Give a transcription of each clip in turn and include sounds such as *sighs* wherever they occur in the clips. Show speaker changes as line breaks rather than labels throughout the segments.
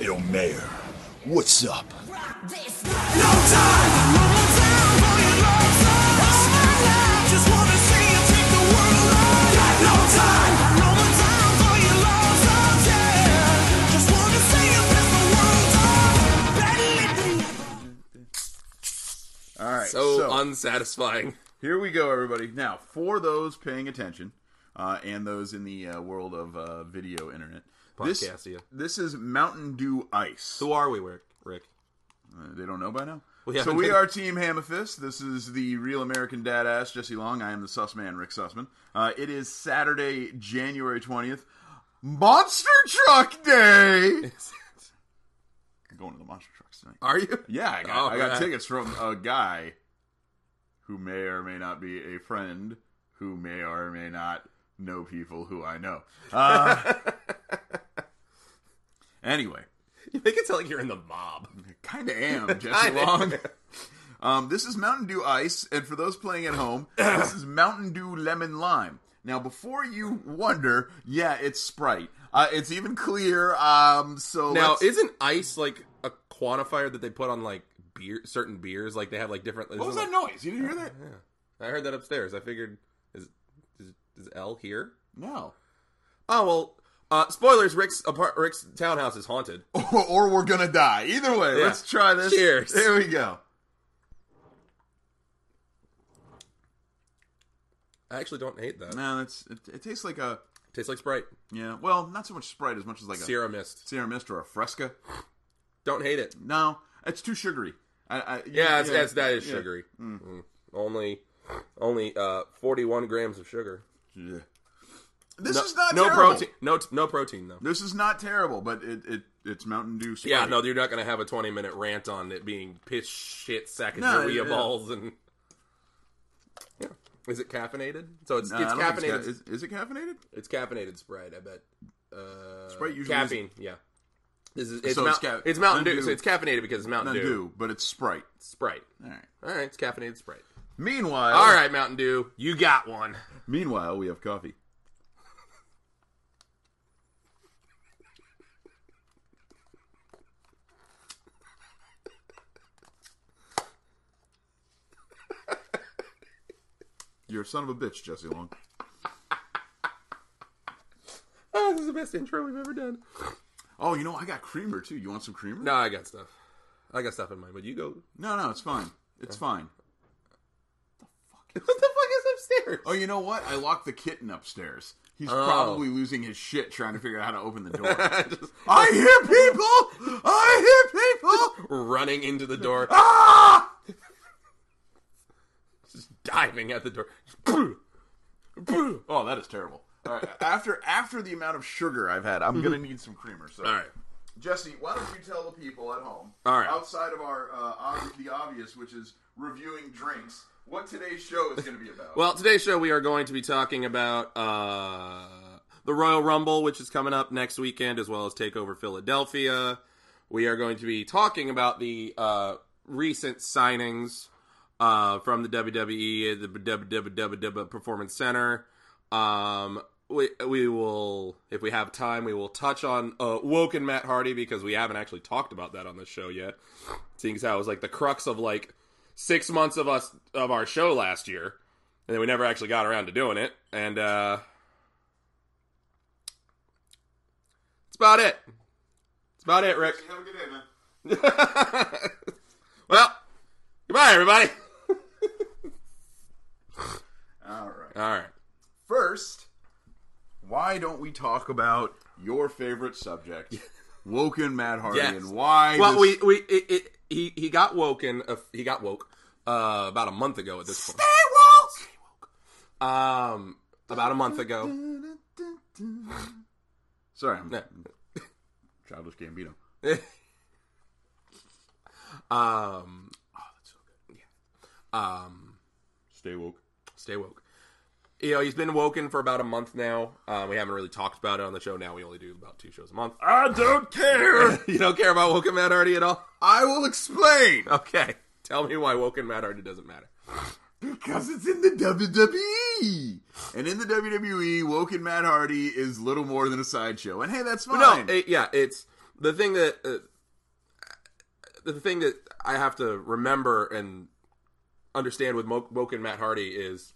Yo, Mayor, what's up?
All right.
So,
So,
unsatisfying.
here we go, everybody. Now, for those paying attention uh, and those in the uh, world of uh, video internet, this,
Podcastia.
this is Mountain Dew Ice.
Who are we, Rick? Rick.
Uh, they don't know by now.
We
so
haven't
we
been-
are Team Hammerfist. This is the real American dad ass Jesse Long. I am the Sussman Rick Sussman. Uh, it is Saturday, January twentieth, Monster Truck
*laughs*
Day. I'm going to the monster trucks tonight.
Are you?
Yeah, I got,
All
I got
right.
tickets from a guy who may or may not be a friend, who may or may not know people who I know.
*laughs*
Uh, anyway,
You make it sound like you're in the mob.
kind of
*laughs*
am Jesse
Kinda.
Long. Um, this is Mountain Dew Ice, and for those playing at
*coughs*
home, this is Mountain Dew Lemon Lime. Now, before you wonder, yeah, it's Sprite. Uh, it's even clear. Um, so
Now,
let's-
isn't ice like a quantifier that they put on like beer, certain beers? Like they have like different.
what was that noise? You didn't
*laughs*
hear that?
I heard that upstairs. I figured, is is, is L here?
No.
Oh well. Uh, spoilers: Rick's apart, Rick's townhouse is haunted.
or, *laughs* or we're gonna die. Either way,
Yeah.
let's try this.
Cheers.
Here we go.
I actually don't hate that.
No, it's it, it tastes like a
Tastes like Sprite,
yeah. Well, not so much Sprite as much as like a
Sierra Mist.
Sierra Mist or a Fresca.
Don't hate it.
No, it's too sugary. I, I,
Mm, Yeah, it's, That's, that is
yeah.
sugary. Mm. Only, only uh, forty-one grams of sugar.
Yeah. This
no,
is not
no
terrible.
protein. No, t- no protein though.
This is not terrible, but it, it it's Mountain Dew. Sprite.
Yeah, no, you're not gonna have a 20 minute rant on it being piss shit sack of
No,
urea
yeah.
balls and. Yeah, is it caffeinated? So it's
No,
it's
I don't think
caffeinated.
It's
It's,
ca- is, is it caffeinated?
caffeinated Sprite. I bet. Uh,
Sprite usually
caffeine. Yeah. This is it's,
So
Mount,
it's
it's,
ca-
Mountain Dew,
Mountain
so
Dew.
it's caffeinated because it's Mountain
Mountain
Dew.
Dew, but it's Sprite.
Sprite.
All right.
All right, it's caffeinated Sprite.
Meanwhile,
All right, Mountain Dew, you got one.
Meanwhile, we have coffee. You're a son of a bitch, Jesse Long.
Oh, this is the best intro we've ever done.
Oh, you know, I got creamer too. You want some creamer?
No, I got stuff. I got stuff in mind, but you go. *laughs*
no, no, it's fine. It's fine.
what the fuck is upstairs?
Oh, you know what? I locked the kitten upstairs. He's
Oh.
probably losing his shit trying to figure out how to open the door.
*laughs*
I hear people! I hear people!
Running into the door,
Ah!
diving at the *clears throat* door.
Oh, that is terrible. All right, after after the amount of sugar I've had, I'm
*laughs*
gonna need some creamer. So,
All right.
Jesse, why don't you tell the people at home,
All right.
outside of our uh, ob- the obvious, which is reviewing drinks, what today's show is gonna be about?
*laughs* Well, today's show we are going to be talking about uh, the Royal Rumble, which is coming up next weekend, as well as Takeover Philadelphia. We are going to be talking about the uh, recent signings uh, from the WWE, the WWE Performance Center. Um, we, we will, if we have time, we will touch on uh, Woke and Matt Hardy because we haven't actually talked about that on the show yet. Seeing as how it was like the crux of like six months of us of our show last year and then we never actually got around to doing it. And uh It's about it. It's about it, Rick. *laughs*
Jesse, have a good day, man.
well, goodbye everybody.
All right.
All right.
First, why don't we talk about your favorite
*laughs*
subject, Woken Matt Hardy,
Yes.
and why?
Well,
this-
we we it, it, he he got woken uh, he got woke uh about a month ago at this point. Um about a month ago.
*laughs* Sorry, I'm
No. *laughs*
childish Gambino.
Um Yeah. Um
Stay woke.
stay woke. You know, he's been woken for about a month now. Um, we haven't really talked about it on the show. Now we only do about two shows
*laughs*
a month.
I don't care.
you don't care about Woken Matt Hardy at all?
I will explain
Okay. Tell me why Woken Matt Hardy doesn't matter.
*laughs* because it's in the WWE, and in the E, WWE, Woken Matt Hardy is little more than a sideshow. And hey, that's fine.
No, it- yeah, it's the thing that uh, the thing that I have to remember and understand with Mo- Woken Matt Hardy is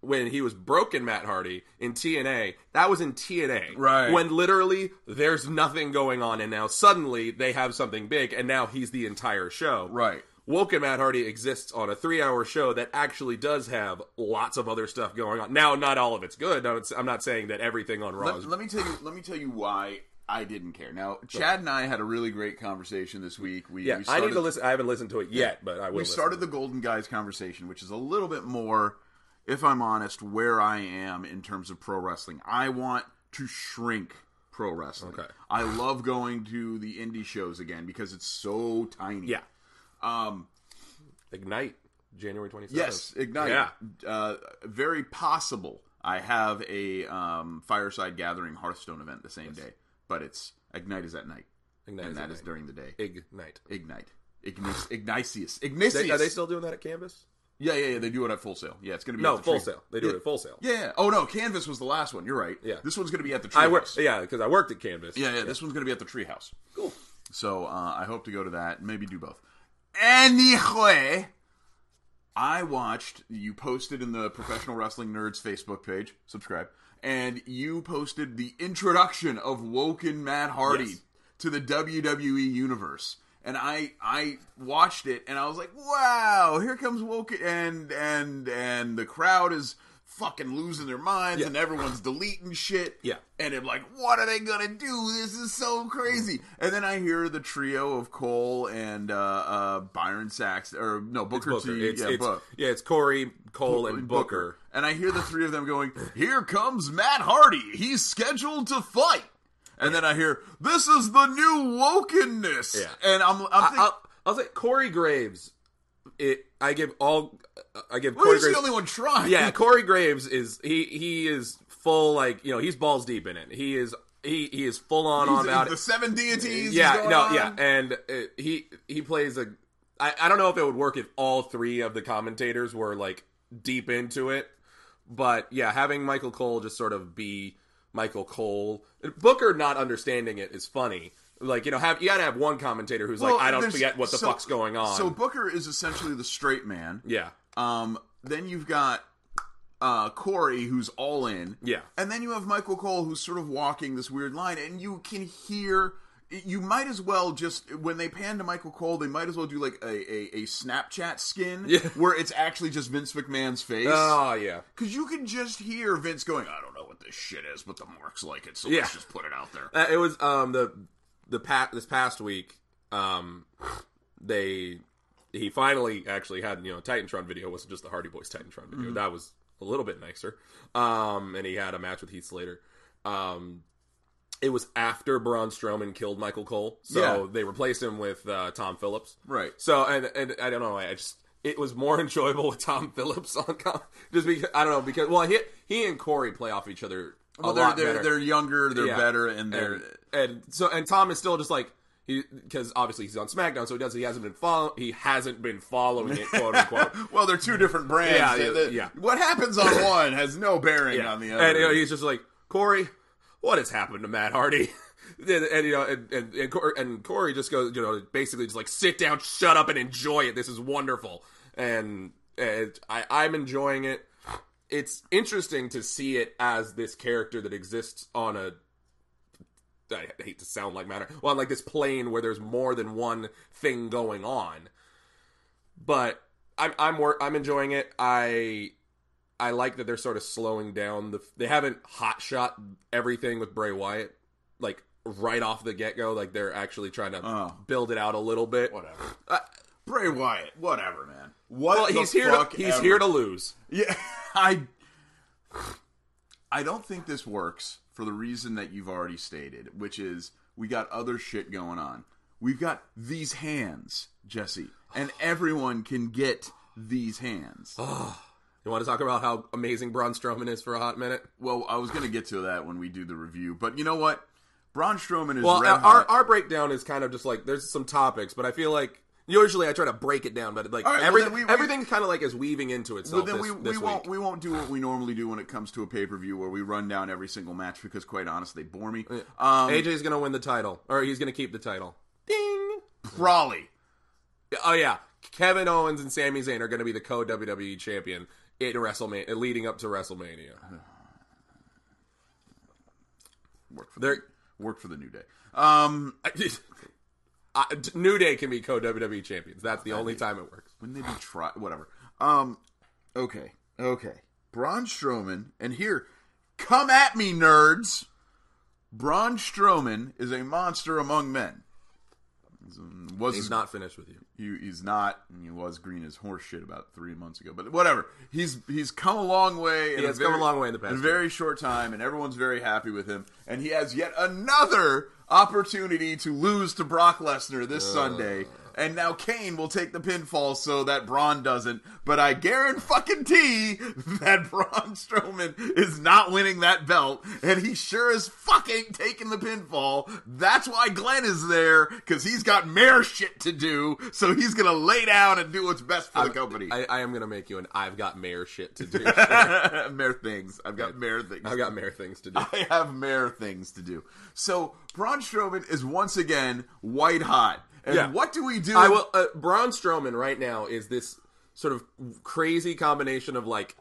when he was broken Matt Hardy in TNA. That was in TNA,
Right.
When literally there's nothing going on, and now suddenly they have something big, and now he's the entire show,
Right.
Woken Matt Hardy exists on a three-hour show that actually does have lots of other stuff going on. Now, not all of it's good. I'm not- I'm not saying that everything on Raw is
Let, let me tell you. Let me tell you why I didn't care. Now, Chad and I had a really great conversation this week. We,
Yeah,
we
I
started,
need to listen. I haven't listened to it yet, but I will.
We
listen.
started the Golden Guys conversation, which is a little bit more, if I'm honest, where I am in terms of pro wrestling. I want to shrink pro wrestling.
Okay.
I love going to the indie shows again because it's so tiny.
Yeah,
Um,
ignite January twenty seventh.
Yes, Ignite.
Yeah,
Uh, very possible. I have a um, Fireside Gathering Hearthstone event the same day, but it's Ignite is at night,
ignite.
and
is
that
ignite.
is during the day.
ignite.
Ignite. Ignis, Ignatius.
They,
Ignatius.
are they still doing that at Canvas?
yeah, yeah, yeah. They do it at Full Sail. Yeah, it's gonna be
No,
at the
full
tree-
sale. They do
yeah.
it at full sale.
Yeah, yeah. Oh no, Canvas was the last one. You're right.
Yeah.
This one's gonna be at the. Treehouse.
I worked. Yeah, because I worked at Canvas.
Yeah, yeah. This one's gonna be at the treehouse.
Cool.
So uh, I hope to go to that. Maybe do both. Anyway, I watched. You posted in the Professional Wrestling Nerds Facebook page. Subscribe, and you posted the introduction of Woken Matt Hardy
Yes.
to the WWE universe. And I I watched it and I was like, wow, here comes Woken and and and the crowd is fucking losing their minds
Yeah.
and everyone's deleting shit.
Yeah.
And I'm like, what are they gonna do? This is so crazy. And then I hear the trio of Cole and uh, uh, Byron Sachs, or no Booker,
Booker.
T.
It's,
yeah,
it's,
Book.
yeah, it's Corey, Cole, and Booker.
And I hear the three of them going, Here comes Matt Hardy. He's scheduled to fight. And then I hear, This is the new wokenness.
Yeah.
And I'm, I'm thinking,
I, will I'll say Corey Graves. It. I give all. uh, I give
well,
Corey
he's the
Graves.
only one trying.
yeah, Corey Graves is he he is full like you know he's balls deep in it. He is he he is full on
He's-
on about
the
it.
seven deities. is
yeah,
going
no,
on.
yeah, and uh, he he plays a. I, I don't know if it would work if all three of the commentators were like deep into it, but yeah, having Michael Cole just sort of be Michael Cole, Booker not understanding it is funny. Like you know, have you gotta have one commentator who's
Well,
like, I don't
there's-
forget what the
so-
fuck's going on.
So Booker is essentially the straight man.
yeah,
Um, then you've got uh, Corey, who's all in.
Yeah.
And then you have Michael Cole, who's sort of walking this weird line, and you can hear. You might as well just when they pan to Michael Cole, they might as well do like a, a, a Snapchat skin
Yeah.
*laughs* where it's actually just Vince McMahon's face.
oh yeah,
Because you can just hear Vince going, "I don't know what this shit is, but the marks like it, so
Yeah.
let's just put it out there."
Uh, it was um the the pat this past week um they he finally actually had you know Titantron video wasn't just the Hardy Boys Titantron
Mm-hmm.
video that was a little bit nicer um and he had a match with Heath Slater um it was after Braun Strowman killed Michael Cole so
Yeah.
they replaced him with uh, Tom Phillips
Right.
so and and I don't know I just it was more *laughs* enjoyable with Tom Phillips on *laughs* com- just because I don't know because well he he and Corey play off each other a
Well,
lot
they're they're,
better
they're younger, they're
Yeah.
better, and they're
and, and so and Tom is still just like he because obviously he's on SmackDown, so he does he hasn't been follow he hasn't been following it quote unquote.
well, they're two different brands.
Yeah,
They-
yeah,
they-
yeah.
What
*laughs*
happens on one has no bearing on the other.
And you know, he's just like Corey, what has happened to Matt Hardy? *laughs* And, and, you know, and and and Corey, and Corey just goes, you know, basically just like sit down, shut up, and enjoy it. This is wonderful, and, and I, I'm enjoying it. It's interesting to see it as this character that exists on a I hate to sound like matter. Well, like this plane where there's more than one thing going on. But I'm I'm wor- I'm enjoying it. I I like that they're sort of slowing down the. They haven't hot shot everything with Bray Wyatt like right off the get go. Like they're actually trying to
Oh.
build it out a little bit.
whatever. Bray Wyatt, whatever, man. What
Well, he's here. To, he's here to lose.
Yeah, *laughs* I. I don't think this works for the reason that you've already stated, which is we got other shit going on. We've got these hands, Jesse, and everyone can get these hands.
You want to talk about how amazing Braun Strowman is for a hot minute?
Well, I was going to get to that when we do the review, but you know what? Braun Strowman is
Well,
red
our
hot.
our breakdown is kind of just like there's some topics, but I feel like Usually I try to break it down, but like
All right, well,
everything,
then we- we-
everything kind of like is weaving into
Well,
itself.
then
this,
we,
this
we
week.
won't we won't do what we normally do when it comes to a pay per view where we run down every single match because quite honestly they bore me.
Uh,
Um,
AJ's gonna win the title, or he's gonna keep the title. Ding.
Brawley.
Oh yeah, Kevin Owens and Sami Zayn are gonna be the co WWE champion at WrestleMania, leading up to WrestleMania. *laughs*
Work for
They're-
the, work for the new day. Um,
I- t- New Day can be co WWE champions. That's the only time it works.
when they do try whatever. Um, okay, okay. Braun Strowman, and here, come at me, nerds. Braun Strowman is a monster among men. He's- Was
He's not finished with you.
he, he's not, and he was green as horse shit about three months ago. But whatever, he's he's come a long way. in
He has come a long way in the past
a very short time, and everyone's very happy with him. And he has yet another opportunity to lose to Brock Lesnar this Sunday. And now Kane will take the pinfall so that Braun doesn't. But I guarantee fucking tea that *laughs* Braun Strowman is not winning that belt, and he sure is fucking taking the pinfall. That's why Glenn is there because he's got mayor shit to do. So he's gonna lay down and do what's best for the company.
I, I am gonna make you an I've got mayor shit to
*laughs*
do.
mayor things. I've got mayor things.
I've got mayor things to do.
*laughs* I have mayor things to do. So Braun Strowman is once again white hot. And
Yeah.
what do we do?
I will. Uh, Braun Strowman right now is this sort of crazy combination of like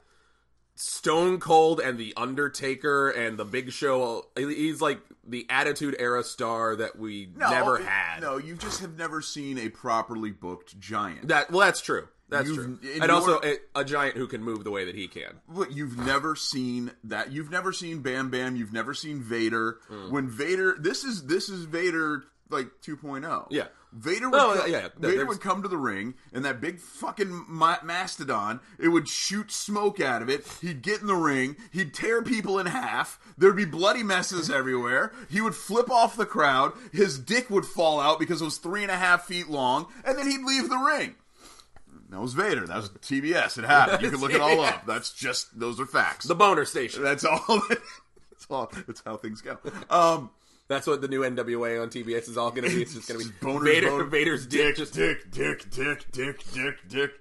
Stone Cold and the Undertaker and the Big Show. He- He's like the Attitude Era star that we
No,
never
it-
had.
No, you just have never seen a properly booked giant.
That well, that's true. That's
You've-
true.
in
And
your-
also a, a giant who can move the way that he can.
What you've never seen that you've never seen Bam Bam, you've never seen Vader.
Mm.
When Vader, this is this is Vader like 2.0.
Yeah.
Vader would,
No,
come,
yeah, yeah. There-
Vader
there's-
would come to the ring and that big fucking ma- mastodon, it would shoot smoke out of it. He'd get in the ring, he'd tear people in half. There'd be bloody messes everywhere. He would flip off the crowd. His dick would fall out because it was three and a half feet long, and then he'd leave the ring. That was Vader. That was TBS. It happened. You can look it all up. That's just those are facts.
The boner station.
that's all. *laughs* that's all. That's how things go. Um,
That's what the new NWA on TBS is all going to be. It's just going to be
*laughs* boners,
Vader,
boners,
Vader's dick, just
dick, dick, dick, dick, dick, dick.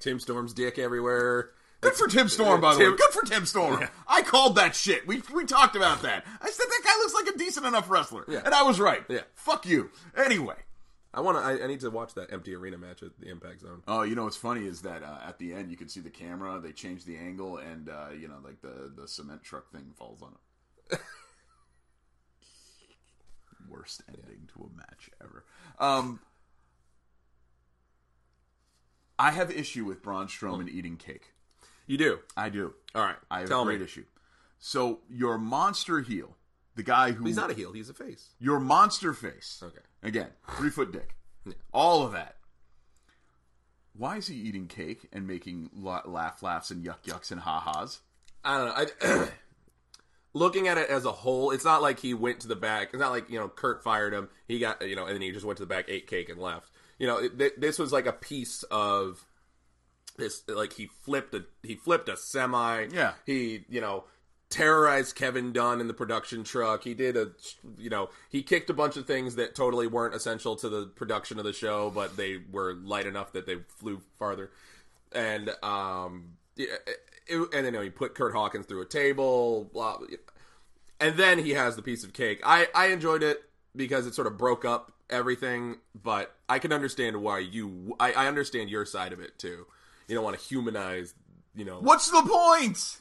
Tim Storm's dick everywhere.
Good for Tim Storm, by the
Tim-
way. Good for Tim Storm. I called that shit. We we talked about that. I said that guy looks like a decent enough wrestler,
Yeah.
and I was right.
Yeah.
Fuck you. Anyway.
I want to. I, I need to watch that empty arena match at the Impact Zone.
Oh, you know what's funny is that uh, at the end you can see the camera. They changed the angle, and uh, you know, like the the cement truck thing falls on it. *laughs* Worst ending to a match ever. Um, I have issue with Braun Strowman eating cake.
You do.
I do.
All right.
I have
Oh. tell
a great
me.
issue. So your monster heel, the guy who
He's not a heel. He's a face.
your monster face.
Okay.
Again, three foot dick. All of that. Why is he eating cake and making la- laugh laughs and yuck yucks and ha ha's?
I don't know. I, *clears throat* looking at it as a whole, it's not like he went to the back. It's not like you know Kurt fired him. He got you know, and then he just went to the back, ate cake, and left. You know, it, th- this was like a piece of this. Like he flipped a he flipped a semi.
Yeah.
he you know terrorized Kevin Dunn in the production truck. He did a you know he kicked a bunch of things that totally weren't essential to the production of the show, but they were light enough that they flew farther. And um, yeah, it, and you know he put Kurt Hawkins through a table. Blah. And then he has the piece of cake. I I enjoyed it because it sort of broke up everything, but I can understand why you. I, I understand your side of it too. You don't want to humanize. You know,
What's the point?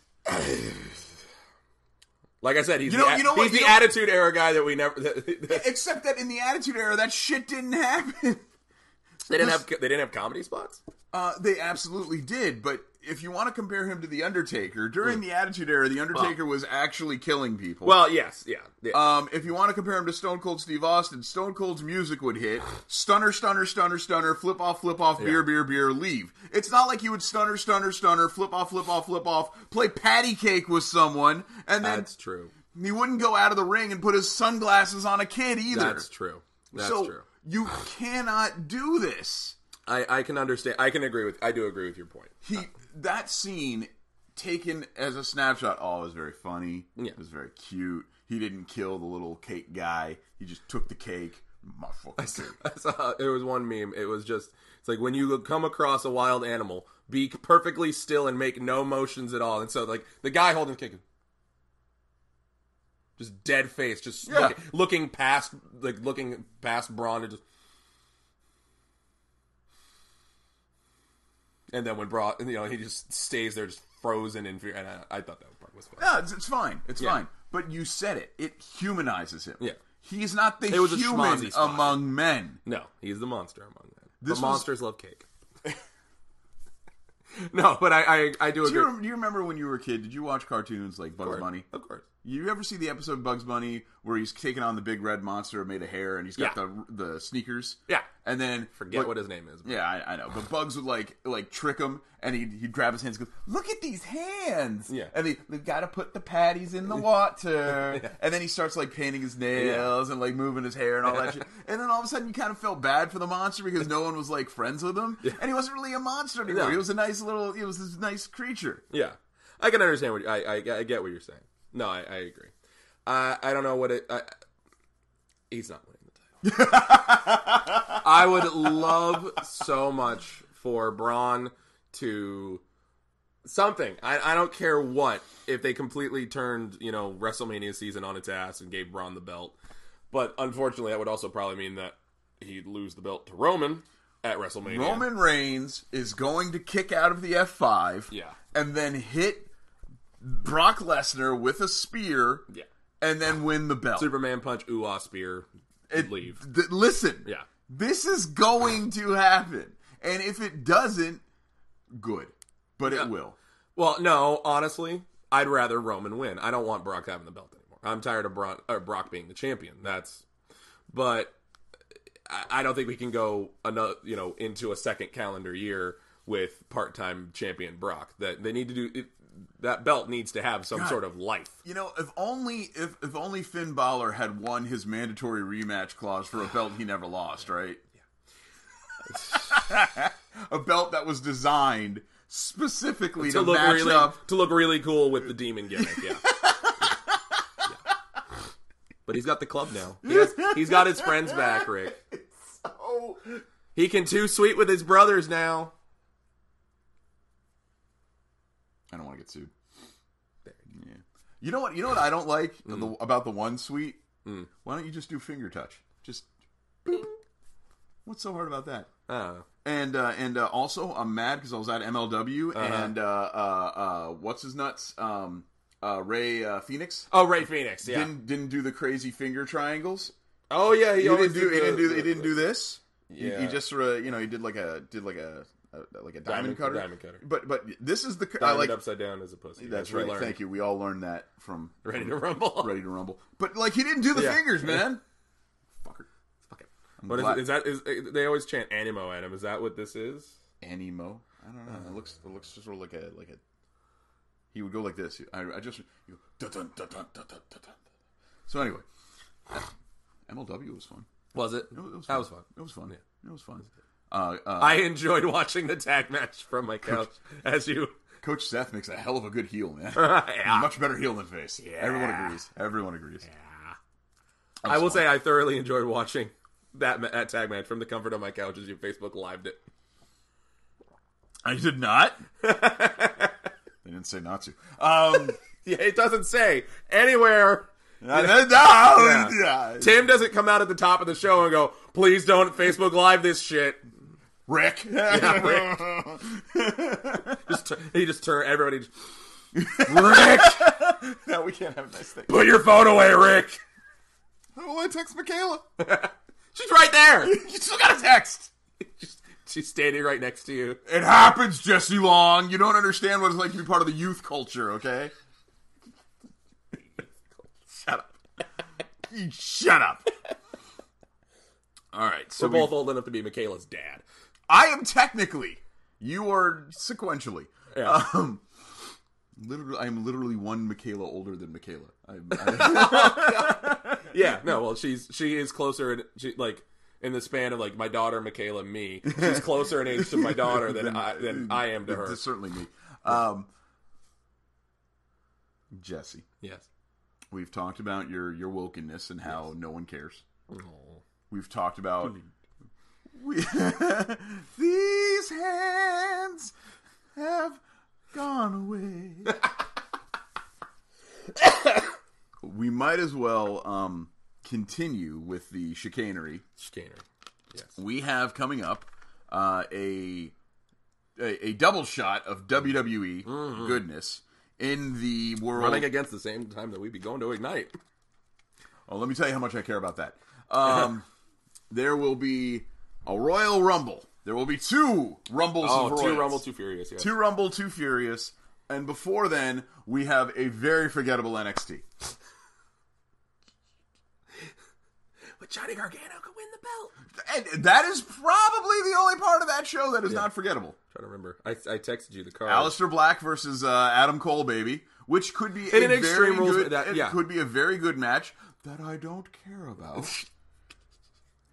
like I said, he's
You
the,
know-
a-
you know what-
he's
you
the
know-
attitude era guy that we never. *laughs* they
Except that in the Attitude Era, that shit didn't happen. *laughs*
didn't have. They didn't have comedy spots.
Uh, they absolutely did, but if you want to compare him to The Undertaker, during the Attitude Era, The Undertaker was actually killing people.
Well, yes, yeah. yeah.
Um, if you want to compare him to Stone Cold Steve Austin, Stone Cold's music would hit stunner, stunner, stunner, stunner, flip off, flip off, beer, beer, beer, leave. It's not like you would stunner, stunner, stunner, flip off, flip off, flip off, play patty cake with someone, and then
that's true.
he wouldn't go out of the ring and put his sunglasses on a kid either.
That's true. That's
so
true.
you cannot do this.
I I can understand. I can agree with. I do agree with your point.
He that scene taken as a snapshot. Oh, it was very funny.
Yeah.
It was very cute. He didn't kill the little cake guy. He just took the cake, Motherfucking kid.
I saw it was one meme. It was just it's like when you come across a wild animal, be perfectly still and make no motions at all. And so like the guy holding the kick, just dead face, just
Yeah.
looking, looking past like looking past Braun and just. And then when Braun, you know, he just stays there, just frozen in fear. And I, I thought that part was funny.
No, it's, it's fine. It's
Yeah.
fine. But you said it. It humanizes him.
Yeah.
He's not the
It was a
human
schmozzy spot.
among men.
No, he's the monster among them.
This
but
was-
monsters love cake. *laughs* no, but I I, I do
Do
agree.
you, rem- do you remember when you were a kid? Did you watch cartoons like Bugs Bunny?
Of course.
You ever see the episode of Bugs Bunny where he's taking on the big red monster made of hair, and he's got
Yeah.
the the sneakers?
Yeah.
And then
Forget
but-
what his name is. but-
Yeah, I, I know. But Bugs would like like trick him, and he'd, he'd grab his hands and go, "Look at these hands!"
Yeah.
and they, they've got to put the patties in the
*laughs*
water. And then he starts like painting his nails and like moving his hair and all
*laughs*
that shit. And then all of a sudden, you kind of felt bad for the monster because no one was like friends with him, and he wasn't really a monster anymore.
No.
He was a nice little, he was this nice creature.
Yeah. I can understand what you, I, I I get what you're saying. No, I, I agree. I I don't know what it. I, he's not winning the title. I would love so much for Braun to something. I I don't care what if they completely turned you know WrestleMania season on its ass and gave Braun the belt. But unfortunately, that would also probably mean that he'd lose the belt to Roman at WrestleMania.
Roman Reigns is going to kick out of the F five,
Yeah.
and then hit Brock Lesnar with a spear,
Yeah.
and then win the belt.
Superman punch, ooh, ah, spear,
It-
leave.
th- listen,
Yeah.
this is going to happen, and if it doesn't, good, but it will.
Well, no, honestly, I'd rather Roman win. I don't want Brock having the belt anymore. I'm tired of Brock, or Brock being the champion. That's, but I, I don't think we can go another, you know, into a second calendar year with part-time champion Brock. That they need to do. It, that belt needs to have some sort of life.
You know, if only if if only Finn Balor had won his mandatory rematch clause for a belt he never lost, right? *laughs* a belt that was designed specifically
to
to,
look
match
really
up
to look really cool with the demon gimmick.
*laughs*
Yeah. Yeah. But he's got the club now. He has, he's got his friends
*laughs*
back, Rick.
so
He can too sweet with his brothers now.
I don't want to get sued. Yeah. You know what? You know what I don't like
Mm.
the, about the one suite. Why don't you just do finger touch? Just bing. What's so hard about that?
Oh.
And uh, and uh, also, I'm mad because I was at
Uh-huh.
MLW and uh, uh, uh, what's his nuts? Um, uh, Ray uh, Phoenix
Oh, Ray Phoenix. Yeah.
didn't didn't do the crazy finger triangles.
oh yeah, he
He
always
didn't do. He
did the-
didn't do.
the-
He didn't do this. He- He,
Yeah.
just sort of you know he did like a did like a, a like a diamond,
Diamond-
cutter.
diamond cutter.
But but this is the
Diamond
I like
upside down as a pussy.
That's
what
right.
we learned.
Thank you. We all learned Oh. that from
Ready to rumble.
Ready to Rumble. But like he didn't do the
Yeah.
fingers, man. Fucker.
Fuck it. What is,
glad-
it? is that? Is they always chant "animo" at him? Is that what this is?
Animo. I don't know. It looks it looks just sort of like a like a. He would go like this. I, I just. You go, dun, dun, dun, dun, dun, dun, dun, dun. So anyway, *sighs* MLW was fun.
Was it?
It was
That was fun.
It was fun. It was fun. Uh, uh,
I enjoyed watching the tag match from
*laughs*
my couch as you. *laughs*
Coach Seth makes a hell of a good heel, man. *laughs*
Yeah.
Much better heel than face. Everyone agrees. Everyone agrees.
I will say I thoroughly enjoyed watching that ma- that tag match from the comfort of my couch as you Facebook lived it. *laughs*
I did *laughs* not. they didn't say not to. *laughs* Um,
Yeah, it doesn't say anywhere.
*laughs* yeah.
Tim doesn't come out at the top of the show and go, "Please don't Facebook Live this shit." *laughs*
Rick.
Just tu- he just turned everybody. Just, Rick,
*laughs* no, we can't have nice things.
put your phone away, Rick.
Oh, I text Michaela.
She's right there. *laughs*
you still got a text.
She's, she's standing right next to you.
It happens, Jesse Long. You don't understand what it's like to be part of the youth culture, okay? Shut up. You Shut up. All right. So
We're
we-
both old enough to be Michaela's dad.
I am technically. You are sequentially. *clears throat*
Yeah.
Um, literally, I'm literally one Michaela older than Michaela. I'm,
*laughs*
I,
Yeah. No. Well, she's she is closer in she like in the span of like my daughter Michaela and me. She's closer in age to my daughter than I than I am to her.
That's certainly me. Um, Jesse,
Yes.
we've talked about your your wokenness and how no one cares. We've talked about we, *laughs* these hands have gone away. we might as well um, continue with the chicanery.
Chicanery. Yes.
We have coming up uh, a, a a double shot of WWE goodness in the world.
Running against the same time that we'd be going to Ignite.
Oh, let me tell you how much I care about that. Um, *laughs* there will be a Royal Rumble. There will be two Rumbles.
Oh,
of
two
Royals.
Rumble, two Furious. Yes.
Two Rumble, two Furious, and before then we have a very forgettable NXT.
But Johnny Gargano could win the belt.
And that is probably the only part of that show that is not forgettable.
trying to remember. I, I texted you the card.
Alistair Black versus uh, Adam Cole, baby, which could be
In
a
an Extreme
very
Rules-
good,
that-
it
yeah.
could be a very good match that I don't care
*laughs*
about.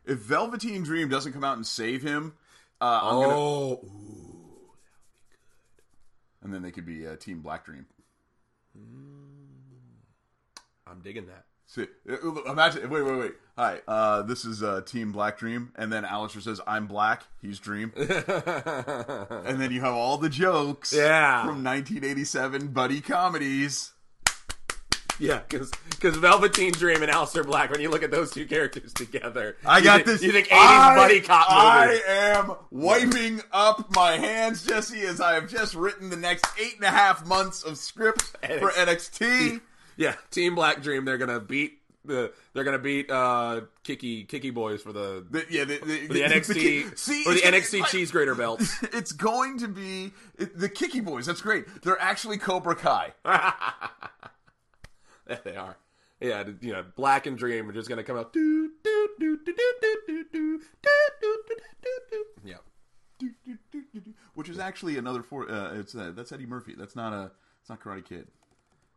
if Velveteen Dream doesn't come out and save him, uh, I'm gonna,
oh, ooh.
and then they could be uh, Team Black Dream.
I'm digging that.
See, uh, imagine. Wait, wait, wait. Hi, uh, this is uh, Team Black Dream, and then Alistair says, "I'm black, he's
*laughs*
Dream," and then you have all the jokes,
Yeah.
from 1987 buddy comedies.
Yeah, because Velveteen Dream and Alistair Black. When you look at those two characters together,
I
you
got
think-
this.
You think '80s
I-
buddy cop movie?
I am wiping up my hands, Jesse, as I have just written the next eight and a half months of script for NXT.
yeah, Team Black Dream. They're gonna beat the. They're gonna beat uh, Kiki Kiki Boys for the
The, yeah, the, the, *laughs*
for the NXT
see,
for the
it's gonna-
NXT cheese
*laughs*
grater belts.
It's going to be it, the Kiki Boys. That's great. They're actually Cobra Kai.
Yeah, they are. Yeah, d- you know, Black and Dream are just gonna come out. Do do do do do do do do do do do do do. Yeah.
Which is actually another four. Uh, it's uh, that's Eddie Murphy. That's not a. It's not Karate Kid.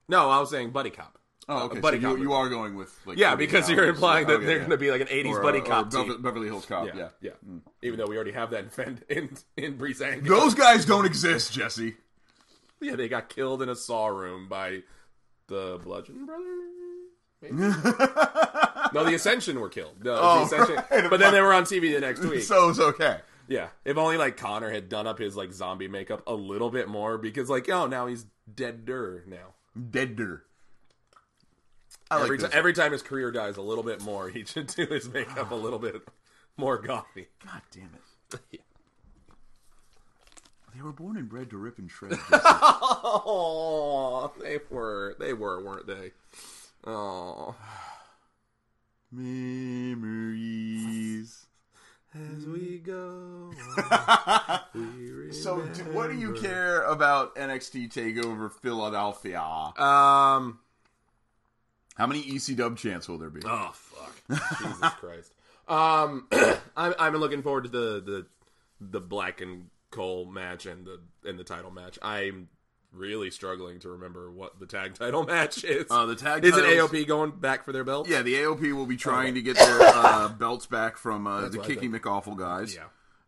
No, I was saying buddy cop. Uh,
Oh, okay.
buddy
so you,
cop.
you are going with like
Yeah,
Cobra
because
Kai
you're
or-
implying that
okay,
they're
yeah.
gonna be like an '80s
Or,
buddy
uh, or
cop.
Bever-
team.
Beverly Hills Cop.
yeah,
Yeah, Mm.
yeah. Even though we already have that in *laughs* Fend- in in Breezango.
Those guys don't exist, Jesse.
Yeah, they got killed in a saw room by the Bludgeon Brothers. Maybe? no, the Ascension were killed. No,
Oh,
the Ascension.
right.
But then they were on TV the next
*laughs*
week.
So it's okay.
Yeah, if only like Connor had done up his like zombie makeup a little bit more because like oh now he's deader now.
Deader. I like
every, ti-
this.
every time his career dies a little bit more, he *laughs* should do his makeup a little bit more gothy.
God damn it.
*laughs* Yeah.
They were born and bred to rip and
*laughs*
shred.
Oh, they were, they were, weren't they? Oh,
Memories.
as we go, we
So, do, what do you care about NXT Takeover Philadelphia?
um.
How many EC Dub chants will there be?
Oh fuck! *laughs* Jesus Christ! Um, *clears throat* I'm I'm looking forward to the the the Black and Cole match and the and the title match. I'm really struggling to remember what the tag *laughs* title match is.
Uh, the tag
is it
titles-
AOP going back for their belt?
Yeah, the AOP will be trying to get their uh, belts back from uh, the
what I
Kiki McAwful guys.
yeah.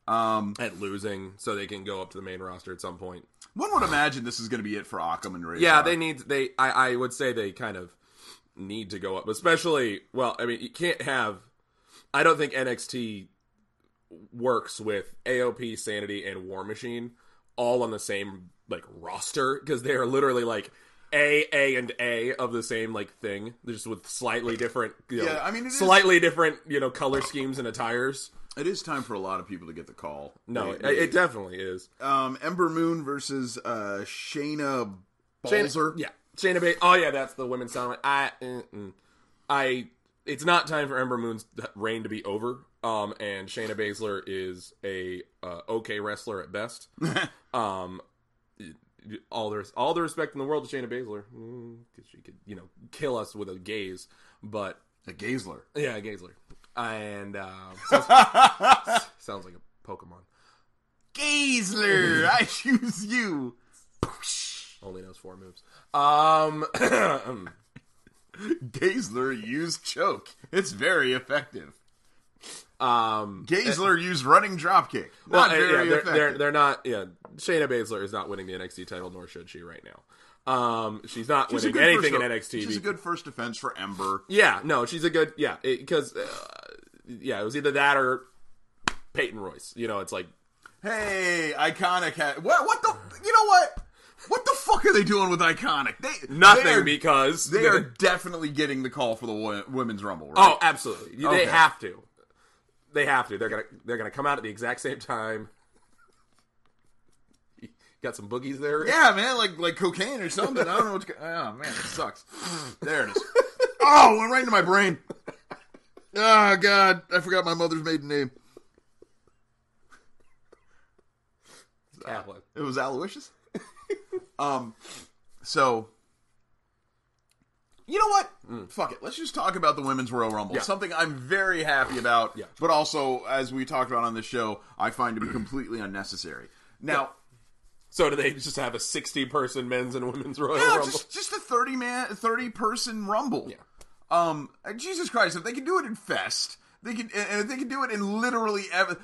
Um,
At losing, so they can go up to the main roster at some point.
one would imagine this is going to be it for Occam and Razor.
Yeah, they need they. I I would say they kind of need to go up, especially. Well, I mean, you can't have. I don't think NXT works with AOP, Sanity, and War Machine all on the same like roster because they are literally like A, A, and A of the same like thing, just with slightly different. You know,
Yeah, I mean, it is-
slightly different. You know, color schemes and attires.
It is time for a lot of people to get the call.
No,
They-
it, it definitely is.
um, Ember Moon versus uh, Shayna
Shayna-
Baszler.
yeah, Shayna Baszler. Oh yeah, that's the women's title. I, mm-mm. I. It's not time for Ember Moon's reign to be over. Um, and Shayna Baszler is a uh, okay wrestler at best. um, all the all the respect in the world to Shayna Baszler because she could you know kill us with a gaze, but
a Gazler.
yeah, Gazler. And uh, sounds, sounds like a Pokemon.
Gazler, *laughs* I choose you.
Only knows four moves. Um, *clears throat*
Gazler used choke. It's very effective.
um,
Gazler used running dropkick.
Well,
Not
uh,
very
yeah, they're,
effective.
they're they're not. Yeah, Shayna Baszler is not winning the NXT title, nor should she right now. Um, she's not
She's a
winning
good
anything in
first-
NXT.
She's a
because-
good first defense for Ember.
yeah, no, she's a good. Yeah, because uh, yeah, it was either that or Peyton Royce. You know, it's like
Hey, iconic. Ha- what? What the? You know what? What the fuck are they doing with iconic? They
nothing
they are-
because
They are definitely getting the call for the wo- women's rumble. Right?
*laughs* Oh, absolutely. You-
Okay.
They have to. They have to. They're gonna they're gonna come out at the exact same time. *laughs* You Got some boogies there.
Yeah, man, like like cocaine or something. I don't know what's. Go- oh man, it sucks. There
*laughs*
it is. Oh, it went right into my brain. Oh god, I forgot my mother's maiden name.
Kaplan.
It was Aloysius. *laughs* um, so you know what? Fuck it. Let's just talk about the women's Royal Rumble.
Mm. Yeah.
Something I'm very happy about,
Yeah.
but also as we talked about on this show, I find to be completely unnecessary. Now,
So do they just have a sixty person men's and women's Royal
yeah,
Rumble?
just just a thirty man, thirty person Rumble.
Yeah.
Um, uh, Jesus Christ! If they can do it in Fest, they can, and if they can do it in literally ev-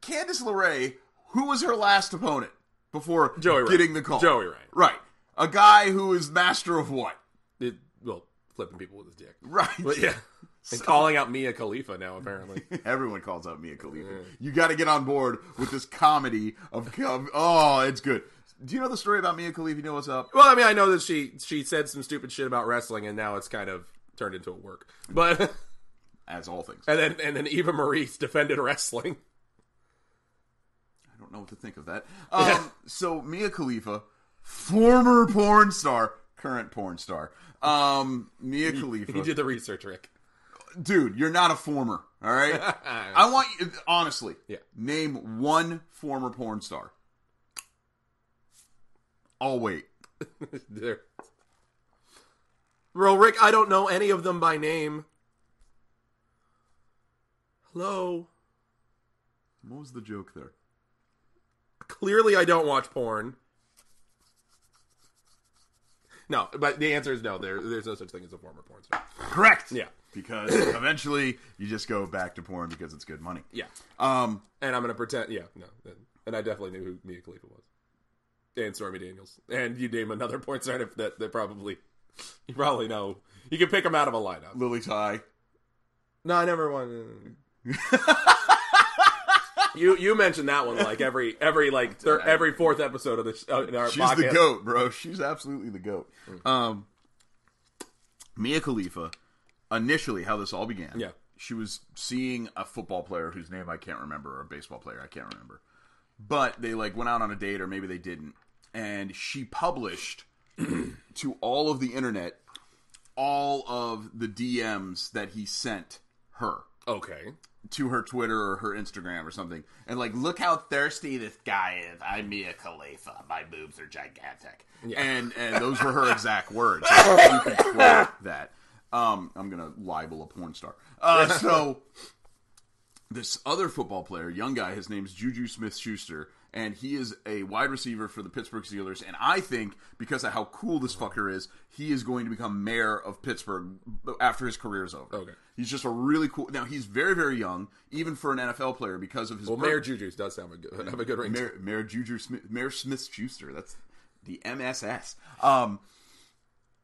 Candice LeRae, who was her last opponent before
Joey Wright.
getting the call?
Joey Wright.
Right. A guy who is master of what? *laughs*
It- well, flipping people with his dick.
Right.
But *laughs* yeah. And calling out Mia Khalifa now apparently.
*laughs* Everyone calls out Mia Khalifa. You got to get on board with this comedy of com- oh, it's good. Do you know the story about Mia Khalifa? You know what's up?
*laughs* well, I mean, I know that she she said some stupid shit about wrestling, and now it's kind of turned into a work. But *laughs*
As all things, I
and then and then Eva Marie defended wrestling. *laughs*
don't know what to think of that. Um, *laughs* so Mia Khalifa, former porn star, current porn star. Um, Mia Khalifa.
*laughs* You did the research, Rick. *laughs*
dude, you're not a former. All right. I want you honestly.
Yeah.
Name one former porn star. I'll wait.
there. Well, Rick, I don't know any of them by name. Hello.
What was the joke there?
Clearly, I don't watch porn. No, but the answer is no. There, there's no such thing as a former porn star.
Correct.
Yeah.
Because eventually you just go back to porn because it's good money.
Yeah,
Um,
and I'm gonna pretend. Yeah, no, and I definitely knew who Mia Khalifa was, and Stormy Daniels, and you name another porn star that that probably you probably know. You can pick them out of a lineup.
Lily Ty.
No, I never won.
uh,
*laughs* you you mentioned that one like every every like thir- every fourth episode of the sh- uh, in our Mm.
She's the
podcast.
goat, bro. She's absolutely the goat. Um, Mia Khalifa, initially how this all began.
Yeah.
She was seeing a football player whose name I can't remember, or a baseball player I can't remember. But they like went out on a date, or maybe they didn't. And she published *clears throat* to all of the internet all of the DMs that he sent her.
Okay,
to her Twitter or her Instagram or something, and like, look how thirsty this guy is. I'm Mia Khalifa. My boobs are gigantic. And and those were her exact words. you can quote that. Um, I'm gonna libel a porn star. Uh, so this other football player, young guy, his name's Juju Smith Schuster, and he is a wide receiver for the Pittsburgh Steelers. And I think because of how cool this fucker is, he is going to become mayor of Pittsburgh after his career is over.
Okay.
He's just a really cool. Now he's very, very young, even for an NFL player, because of his
well,
birth-
Mayor Juju's does sound a good, have a good ring.
Mayor, Mayor Juju Smith, Mayor Smith Schuster. That's the MSS. Um,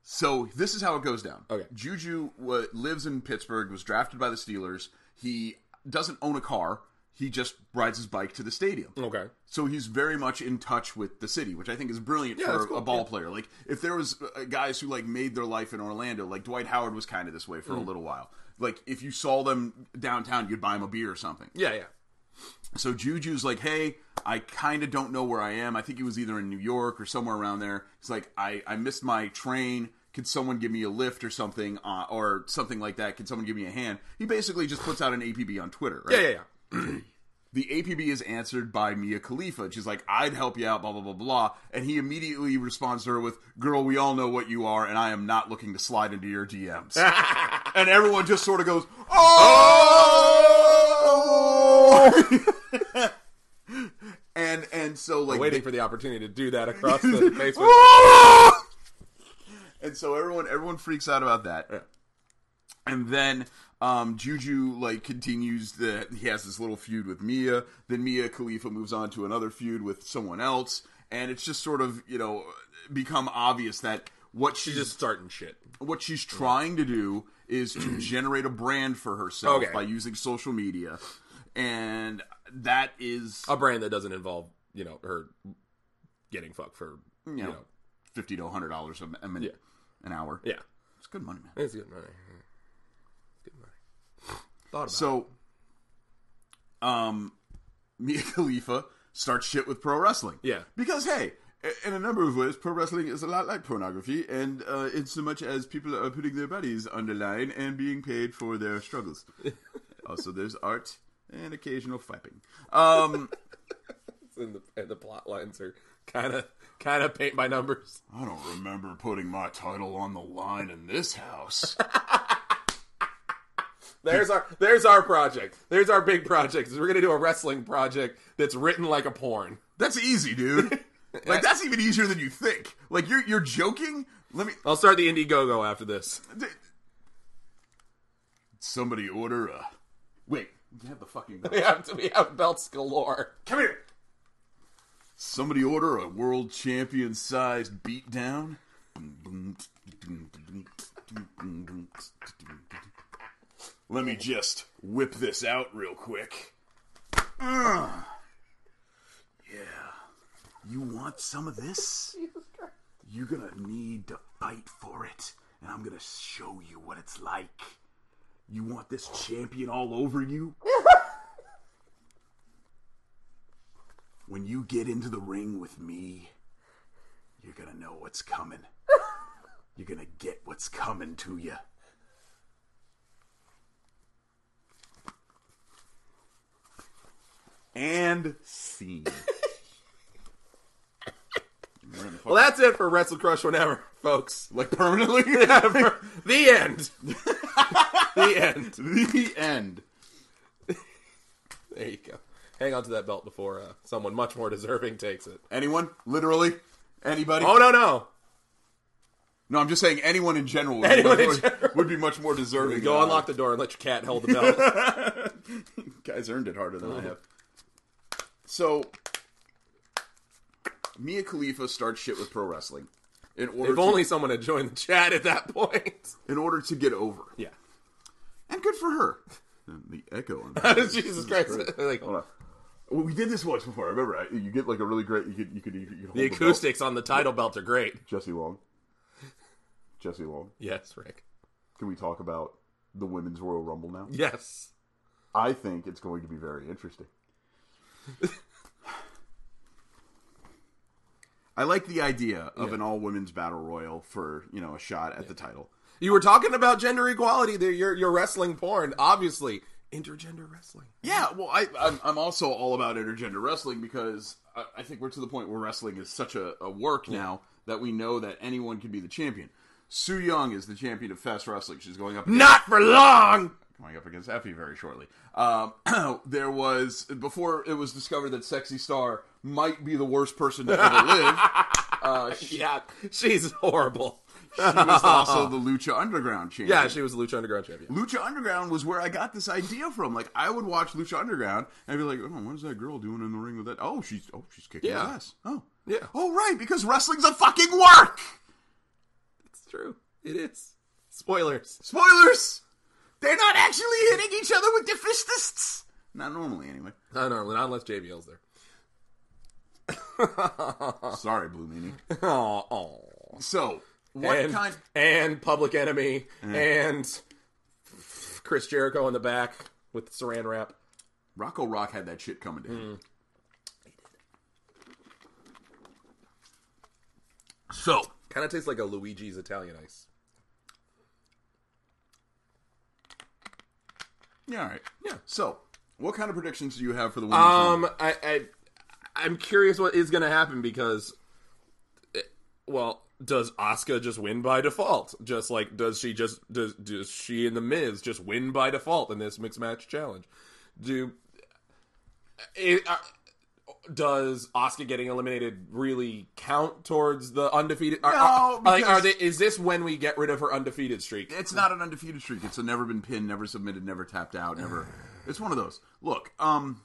so this is how it goes down.
Okay.
Juju wa lives in Pittsburgh. Was drafted by the Steelers. He doesn't own a car. He just rides his bike to the stadium.
okay,
So he's very much in touch with the city, which I think is brilliant
Yeah,
for
that's cool,
a ball
yeah.
player. Like if there was uh, guys who like made their life in Orlando, like Dwight Howard was kind of this way for
Mm.
a little while. Like if you saw them downtown, you'd buy them a beer or something.
yeah, yeah,
So Juju's like, hey, I kind of don't know where I am. I think he was either in New York or somewhere around there. He's like, I, I missed my train. Could someone give me a lift or something, uh, or something like that? Could someone give me a hand? He basically just puts out an APB on Twitter, right?
yeah, yeah, yeah.
the APB is answered by Mia Khalifa. and She's like, I'd help you out, blah, blah, blah, blah. And he immediately responds to her with, Girl, we all know what you are, and I am not looking to slide into your DMs. and everyone just sort of goes, Oh! *laughs* and, and so, like,
Waiting for the opportunity to do that across the *laughs* Facebook.
"Ah!" and so everyone everyone freaks out about that. And then um, Juju like continues the he has this little feud with Mia. Then Mia Khalifa moves on to another feud with someone else, and it's just sort of you know become obvious that what she's
Just starting shit.
what she's trying to do is
*clears throat*
to generate a brand for herself
Okay.
by using social media, and that is
a brand that doesn't involve you know her getting fucked for you
Yeah.
know
fifty to hundred dollars a a minute, an hour.
yeah
It's good money, man.
it's good money It's good money thought about it.
So, um, Mia *laughs* Khalifa starts shit with pro wrestling.
Yeah.
Because, hey, i- in a number of ways, pro wrestling is a lot like pornography, and uh, in so much as people are putting their bodies on the line and being paid for their struggles. also, there's art and occasional flapping. Um, *laughs*
and the, and the plot lines are kind of kind of paint by *laughs* numbers
I don't remember putting my title on the line in this house.
there's our there's our project there's our big project is we're gonna do a wrestling project that's written like a porn
that's easy, dude. Like, that's even easier than you think. Like, you're, you're joking? Let me.
i'll start the indiegogo after this
Did somebody order a? Wait, you have the fucking.
we have to we have belts galore
Come here. Somebody order a world champion sized beatdown. Let me just whip this out real quick. Ugh. Yeah. You want some of this? You're gonna need to fight for it, and I'm gonna show you what it's like. You want this champion all over you? when you get into the ring with me, you're gonna know what's
*laughs*
coming. you're gonna get what's coming to you. And
*laughs*
scene. We're gonna fuck-
well that's it for wrestle crush whenever folks
like
*laughs*
permanently.
the end the end
*laughs* the end.
There you go. Hang on to that belt before uh, someone much more deserving takes it.
Anyone? Literally? Anybody?
Oh no no!
No, I'm just saying anyone in general would, be
Anyone
much
in
more,
general.
would be much more deserving.
Go
than I
unlock the door and let your cat hold the *laughs* belt.
would. Guys earned it harder than I have. So, Mia Khalifa starts shit with pro wrestling in order
if
to,
only someone had joined the chat at that point.
in order to get over,
*laughs* Yeah.
and good for her. *laughs* The echo on that.
Oh, *laughs* Jesus Christ! like
Hold on. Well, we did this once before. I remember. I, you get like a really great. You could. You could. You could hold
the
belt.
acoustics on the title belt are great.
Jesse Long. Jesse Long.
Yes, Rick.
Can we talk about the women's Royal Rumble now?
Yes.
I think it's going to be very interesting. *laughs* I like the idea of an all women's battle royal for, you know, a shot at the title.
You were talking about gender equality. There, you're you're wrestling porn, obviously. Intergender wrestling.
Yeah, well, I, I'm, I'm also all about intergender wrestling because I, I think we're to the point where wrestling is such a, a work now that we know that anyone can be the champion. Sue Young is the champion of fast wrestling. She's going *laughs* up.
Not for long.
going up against Effie very shortly. Um, *clears throat* there was before it was discovered that Sexy Star might be the worst person to ever
*laughs*
live. Uh, she,
Yeah, she's horrible.
she was also the Lucha Underground champion.
Yeah, she was the Lucha Underground champion.
Lucha Underground was where I got this idea from. Like I would watch Lucha Underground and I'd be like, "Oh, what is that girl doing in the ring with that? Oh, she's oh she's kicking
Yeah.
his ass. Oh
Yeah.
Oh right, because wrestling's a fucking work.
It's true. It is. Spoilers.
Spoilers. They're not actually hitting each other with their fistists. Not normally, anyway.
Not normally, not unless JBL's there.
Sorry, Blue
*laughs*
Meanie.
Oh, oh.
So, what
And,
kind?
and Public Enemy and Chris Jericho in the back with the saran wrap.
Rocco Rock had that shit coming down.
Mm.
So,
Kind of tastes like a Luigi's Italian ice.
yeah, all right.
Yeah.
So, what kind of predictions do you have for the women's? Rumble?
Um, I, I I'm curious what is going to happen because, eh, well, does Asuka just win by default? Just like does she just does does she and the Miz just win by default in this mixed match challenge? Do it, uh, does Asuka getting eliminated really count towards the undefeated? Are, are-
No,
like, are they,
because-
is this when we get rid of her undefeated streak?
it's not an undefeated streak. It's a never been pinned, never submitted, never tapped out, never. It's one of those. Look, um,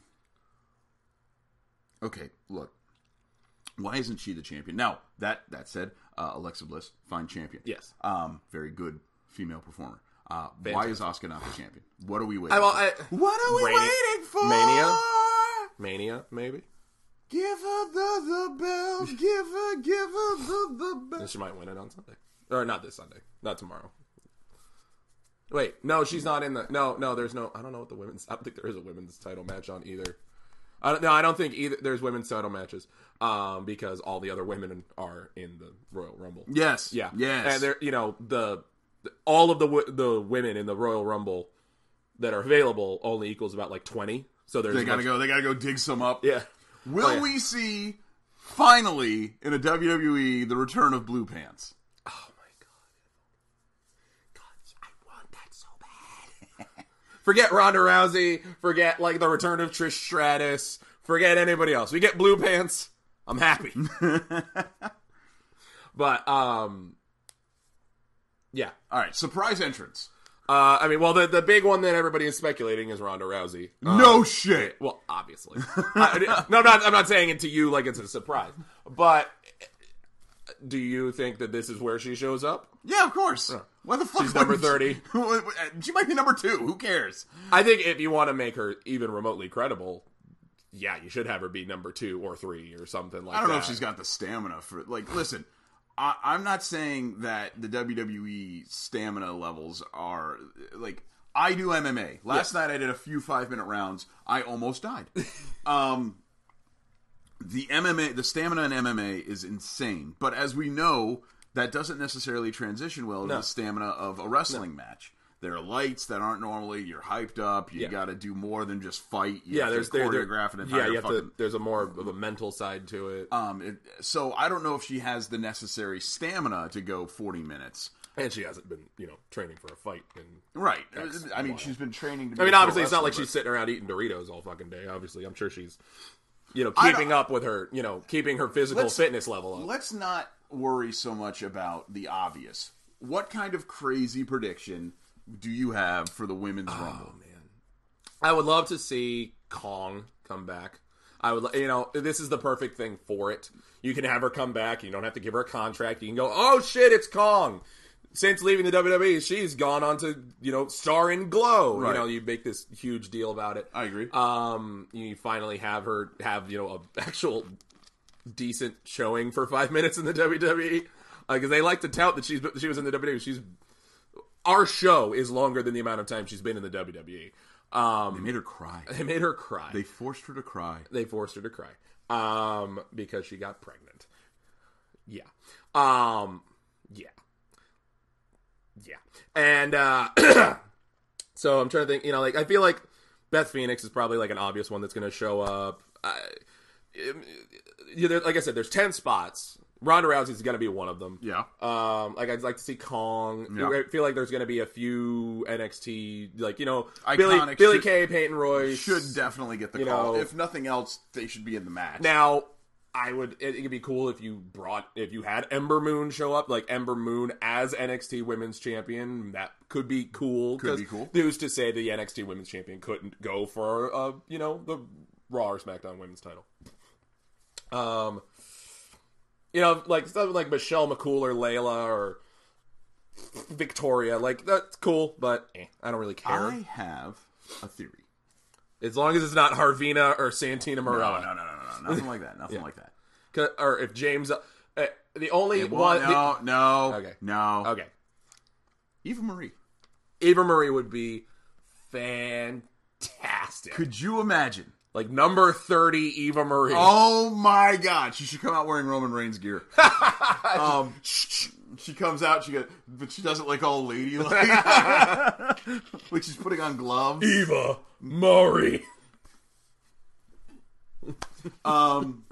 okay, look. Why isn't she the champion? Now that that said, uh, Alexa Bliss, fine champion.
Yes.
um, very good female performer. Uh, why is Oscar not the champion? What are we waiting?
I, well,
for?
I,
what are we
Mania-
waiting for?
Mania? Mania, maybe.
Give her the, the
*laughs*
belt. Give her, give her the, the belt.
And she might win it on Sunday, or not this Sunday, not tomorrow. Wait, no, she's not in the. No, no, there's no. I don't know what the women's. I don't think there is a women's title match on either. I don't. No, I don't think either. There's women's title matches, um, because all the other women are in the Royal Rumble.
Yes.
Yeah.
Yes.
And they're you know the all of the wo- the women in the Royal Rumble that are available only equals about like twenty. So there's
they gotta
much-
go. They gotta go dig some up.
Yeah.
Will
Oh, yeah.
we see finally in a WWE the return of blue pants?
Oh my god. God, I want that so bad. forget Ronda Rousey, forget like the return of Trish Stratus, forget anybody else. We get blue pants.
*laughs*
I'm happy. but um yeah.
All right, surprise entrance.
Uh I mean, well the the big one that everybody is speculating is Ronda Rousey. Uh,
no shit.
well, obviously.
*laughs*
I, no, I'm not. I'm not saying it to you like it's a surprise. But do you think that this is where she shows up?
Yeah, of course. Why the fuck?
She's number
wouldn't
30.
*laughs* she- she might be number two. Who cares?
I think if you want to make her even remotely credible, yeah, you should have her be number two or three or something like that.
I don't know if she's got the stamina for it. Like, listen, I, I'm not saying that the WWE stamina levels are like. I do MMA. Last night I did a few five minute rounds. I almost
*laughs*
died. um, the MMA, the stamina in MMA is insane. But as we know, that doesn't necessarily transition well to the stamina of a wrestling match. There are lights that aren't normally. You're hyped up. You
Yeah.
got to do more than just fight. You
Yeah,
have to
there's there, there-
choreograph an entire
yeah, you have
fucking
to. There's a more of a mental side to it,
um, it, so I don't know if she has the necessary stamina to go 40 minutes.
and she hasn't been, you know, training for a fight. And
Right.
That's
I mean,
wild.
she's been training to be
I mean,
a pro
obviously, it's not like
wrestler,
she's sitting around eating Doritos all fucking day. Obviously, I'm sure she's, you know,
I
keeping
don't-
up with her, you know, keeping her physical
Let's-
fitness level
but
up.
Let's not worry so much about the obvious. What kind of crazy prediction do you have for the women's
Oh.
rumble?
man. I would love to see Kong come back. I would, lo- you know, this is the perfect thing for it. You can have her come back. You don't have to give her a contract. You can go, oh shit, it's Kong. Since leaving the WWE, she's gone on to, you know, star in Glow.
Right.
You know, you make this huge deal about it.
I agree.
Um, you finally have her have you know a *laughs* actual decent showing for five minutes in the WWE because they like to tout that she's she was in the WWE. She's our show is longer than the amount of time she's been in the WWE.
they
Um,
made her cry.
they made her cry.
They
They,
forced her to cry.
forced her to cry um, because she got pregnant. Yeah. Um, yeah. Yeah. And uh, *clears throat* so I'm trying to think. You know, like I feel like Beth Phoenix is probably like an obvious one that's going to show up. I, you know, like I said, there's ten spots. Ronda Rousey's going to be one of them.
Yeah.
Um, like I'd like to see Kong.
Yeah.
I feel like there's going to be a few NXT, like you know,
Iconic
Billy Billy
should-
Kay, Peyton Royce
Should definitely get the
You
call.
know-
if nothing else, they should be in the match.
now. I would. It, it'd be cool if you brought if you had Ember Moon show up, like Ember Moon as NXT Women's Champion. That could be cool.
Could be
'cause
cool.
Who's to say the NXT Women's Champion couldn't go for uh you know the Raw or SmackDown Women's title? Um, you know, like something like Michelle McCool or Layla or Victoria. Like that's cool, but eh, I don't really care
I have a theory.
as long as it's not Harvina or Santina
Oh, No,
Morella.
no, no, no, no, no.
*laughs*
Nothing like that. Nothing like that.
'Cause- or if James. Uh, the only
Well,
one, the-
no, no,
Okay.
no.
Okay.
Eva Marie.
Eva Marie would be fantastic.
Could you imagine?
like number 30 Eva Marie.
Oh my God! She should come out wearing Roman Reigns
*laughs*
gear. um, she comes out. She goes, but she does it like all lady
*laughs*
like, like she's putting on gloves.
Eva Marie.
Um,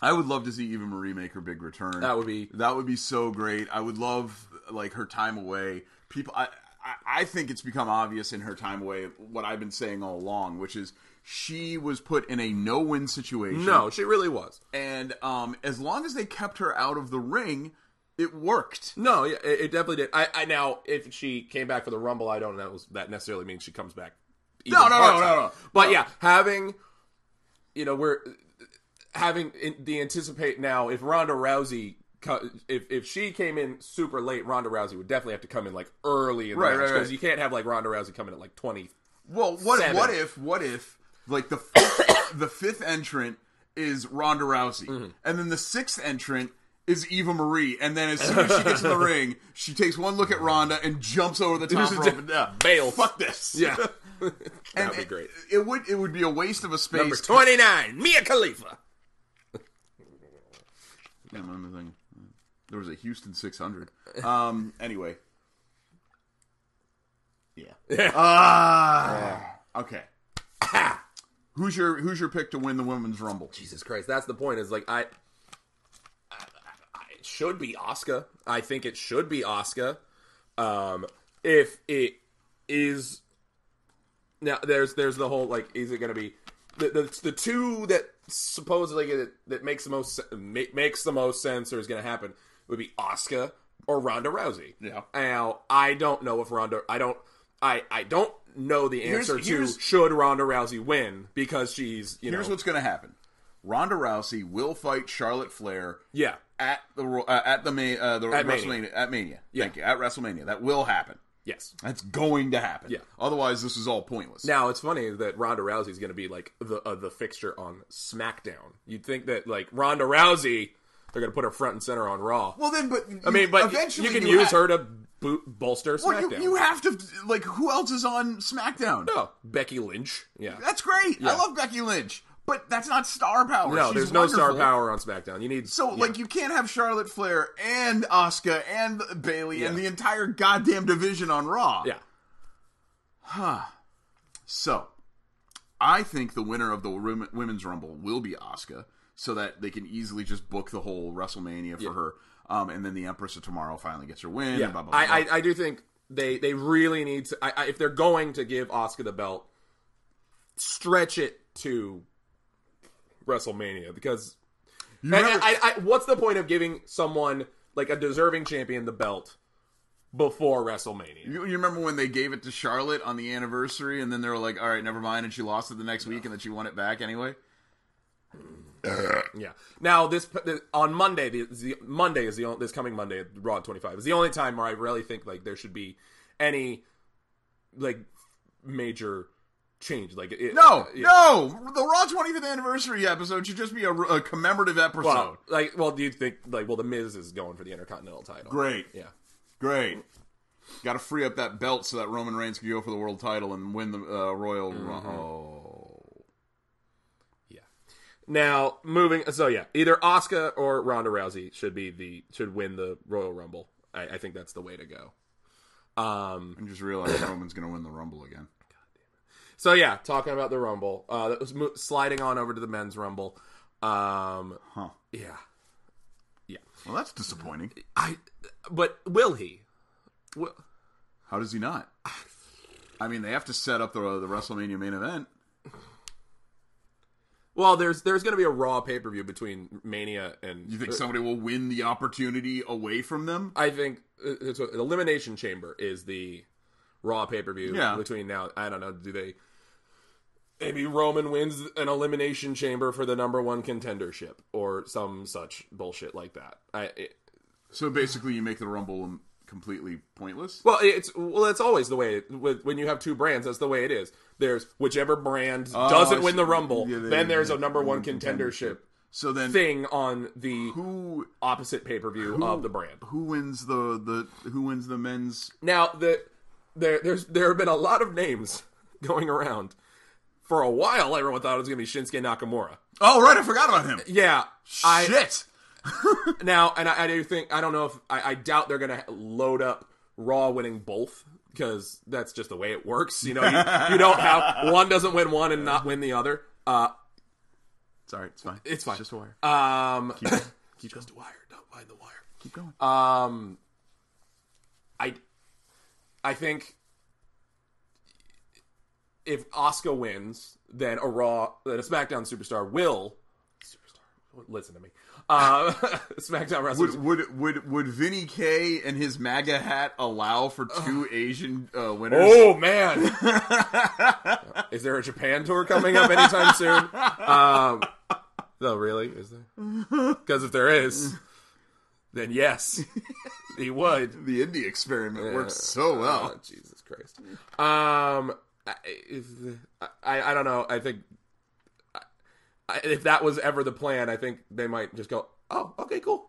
I would love to see Eva Marie make her big return.
That would be
That would be so great. I would love like her time away. People, I, I, I think it's become obvious in her time away what I've been saying all along, which is she was put in a no-win situation.
No, she really was.
and um, as long as they kept her out of the ring, it worked.
No, yeah, it, it definitely did. I, I now if she came back for the Rumble, I don't know if that necessarily means she comes back. even
No, no, no,
part-time.
no, no.
But yeah, having you know we're having in, the anticipate now if Ronda Rousey co- if if she came in super late, Ronda Rousey would definitely have to come in like early in the
Right,
match
right, right.
because you can't have like Ronda Rousey come in at like twenty.
Well, what
Seven.
what if what if like the fifth, *coughs* the fifth entrant is Ronda Rousey,
Mm-hmm.
and then the sixth entrant is Eva Marie, and then as soon as she
*laughs*
gets in the ring, she takes one look at Ronda and jumps over the top rope
*laughs*
and yeah,
Bail.
Fuck this.
Yeah,
And
that'd be
it-
great.
It, would it would be a waste of a space.
Number twenty nine, Mia Khalifa.
Yeah, I'm on the thing. There was a Houston 600. Um. Anyway. Yeah. Ah. okay. *coughs* Who's your Who's your pick to win the women's rumble?
Jesus Christ, that's the point. Is like I, I, I it should be Oscar. I think it should be Oscar. Um, if it is now, there's there's the whole like, is it going to be the, the the two that supposedly that, that makes the most se- ma- makes the most sense or is going to happen would be Oscar or Ronda Rousey.
Yeah.
Now I don't know if Ronda. I don't. I, I don't know the
Here's-
answer
here's-
to should Ronda Rousey win because she's you
Here's
know
what's going to happen: Ronda Rousey will fight Charlotte Flair
yeah
at the Ro- uh, at the Ma- uh, the
At
WrestleMania
Mania.
at Mania.
Yeah.
Thank you. At WrestleMania, that will happen.
yes
That's going to happen.
Yeah.
Otherwise, this is all pointless.
Now it's funny that Ronda Rousey is going to be like the uh, the fixture on SmackDown. You'd think that like Ronda Rousey, they're going to put her front and center on Raw.
well, then, but
I mean, but
eventually
you can
you
use
ha-
her to bo- bolster
Well,
SmackDown.
you, you have to like who else is on SmackDown?
no, Becky Lynch. Yeah,
That's great. I love Becky Lynch, but that's not star power.
no,
She's
there's no star
wonderful.
power on SmackDown. You need
So
yeah.
like you can't have Charlotte Flair and Asuka and Bailey and
Yeah.
the entire goddamn division on Raw.
yeah.
So, I think the winner of the Wom- women's rumble will be Asuka, so that they can easily just book the whole WrestleMania for her. Um, and then the Empress of Tomorrow finally gets her win.
Yeah,
And blah, blah, blah,
I, I
blah.
I do think they they really need to. I, I, if they're going to give Oscar the belt, stretch it to WrestleMania because.
You
And-
remember-
and I, I, what's the point of giving someone like a deserving champion the belt before WrestleMania?
You, you remember when they gave it to Charlotte on the anniversary, and then they were like, "All right, never mind," and she lost it the next week, and then she won it back anyway.
Yeah. Now this the- on Monday, the, the Monday is the only, this coming Monday, Raw 25 is the only time where I really think like there should be any like major change. Like it,
No,
yeah.
no, Uh, the Raw 25th anniversary episode should just be a, a commemorative episode.
Well, like, well, do you think like, well, the Miz is going for the Intercontinental title?
Great,
Yeah.
great. Got to free up that belt so that Roman Reigns can go for the world title and win the uh, Royal. Oh,
Yeah. Now moving, so yeah, either Oscar or Ronda Rousey should be the should win the Royal Rumble. I, I think that's the way to go. Um.
I just realized Roman's going to win the Rumble again.
So yeah, talking about the Rumble, uh, that was mo- sliding on over to the men's Rumble. Um.
Huh.
Yeah.
Well, that's disappointing.
I. But will he? Will,
How does he not? I mean, they have to set up the the WrestleMania main event.
well, there's there's going to be a Raw pay per view between Mania and. er,
You think somebody will win the opportunity away from them?
I think uh, it's what, the Elimination Chamber is the Raw pay per view
Yeah.
between now. I don't know. Do they? Maybe Roman wins an Elimination Chamber for the number one contendership or some such bullshit like that. I it,
So basically, you make the Rumble completely pointless.
well, it's well, that's always the way with, when you have two brands. That's the way it is. There's whichever brand
Oh, I
doesn't
see.
win the Rumble,
Yeah, they-
then there's
they-
a number one
they-
contendership
So then,
thing on the
who
opposite pay per view of the brand.
who wins the the who wins the men's
Now the there there's there have been a lot of names going around. For a while, everyone thought it was going to be Shinsuke Nakamura.
Oh right, I forgot about him.
Yeah, I
Shit.
*laughs* now and I, I do think I don't know if I, I doubt they're going to load up Raw winning both because that's just the way it works. You know, you, you don't have one doesn't win one and not win the other. Uh,
It's all right. It's fine. Uh,
it's fine.
just a wire.
Um, just a wire. Don't mind the wire.
Keep going.
Um, I, I think if Oscar wins, then a Raw, then a SmackDown superstar will. Superstar, listen to me. Uh, *laughs* SmackDown wrestlers.
would, would would would Vinny K and his MAGA hat allow for two Asian uh, winners?
Oh man! *laughs* Is there a Japan tour coming up anytime soon? Um, no, really? Is there? Because if there is, then yes, he would.
The indie experiment worked
Yeah.
so well.
Oh, Jesus Christ. Um, I, if, I I don't know. I think I, if that was ever the plan, I think they might just go, "Oh, okay, cool."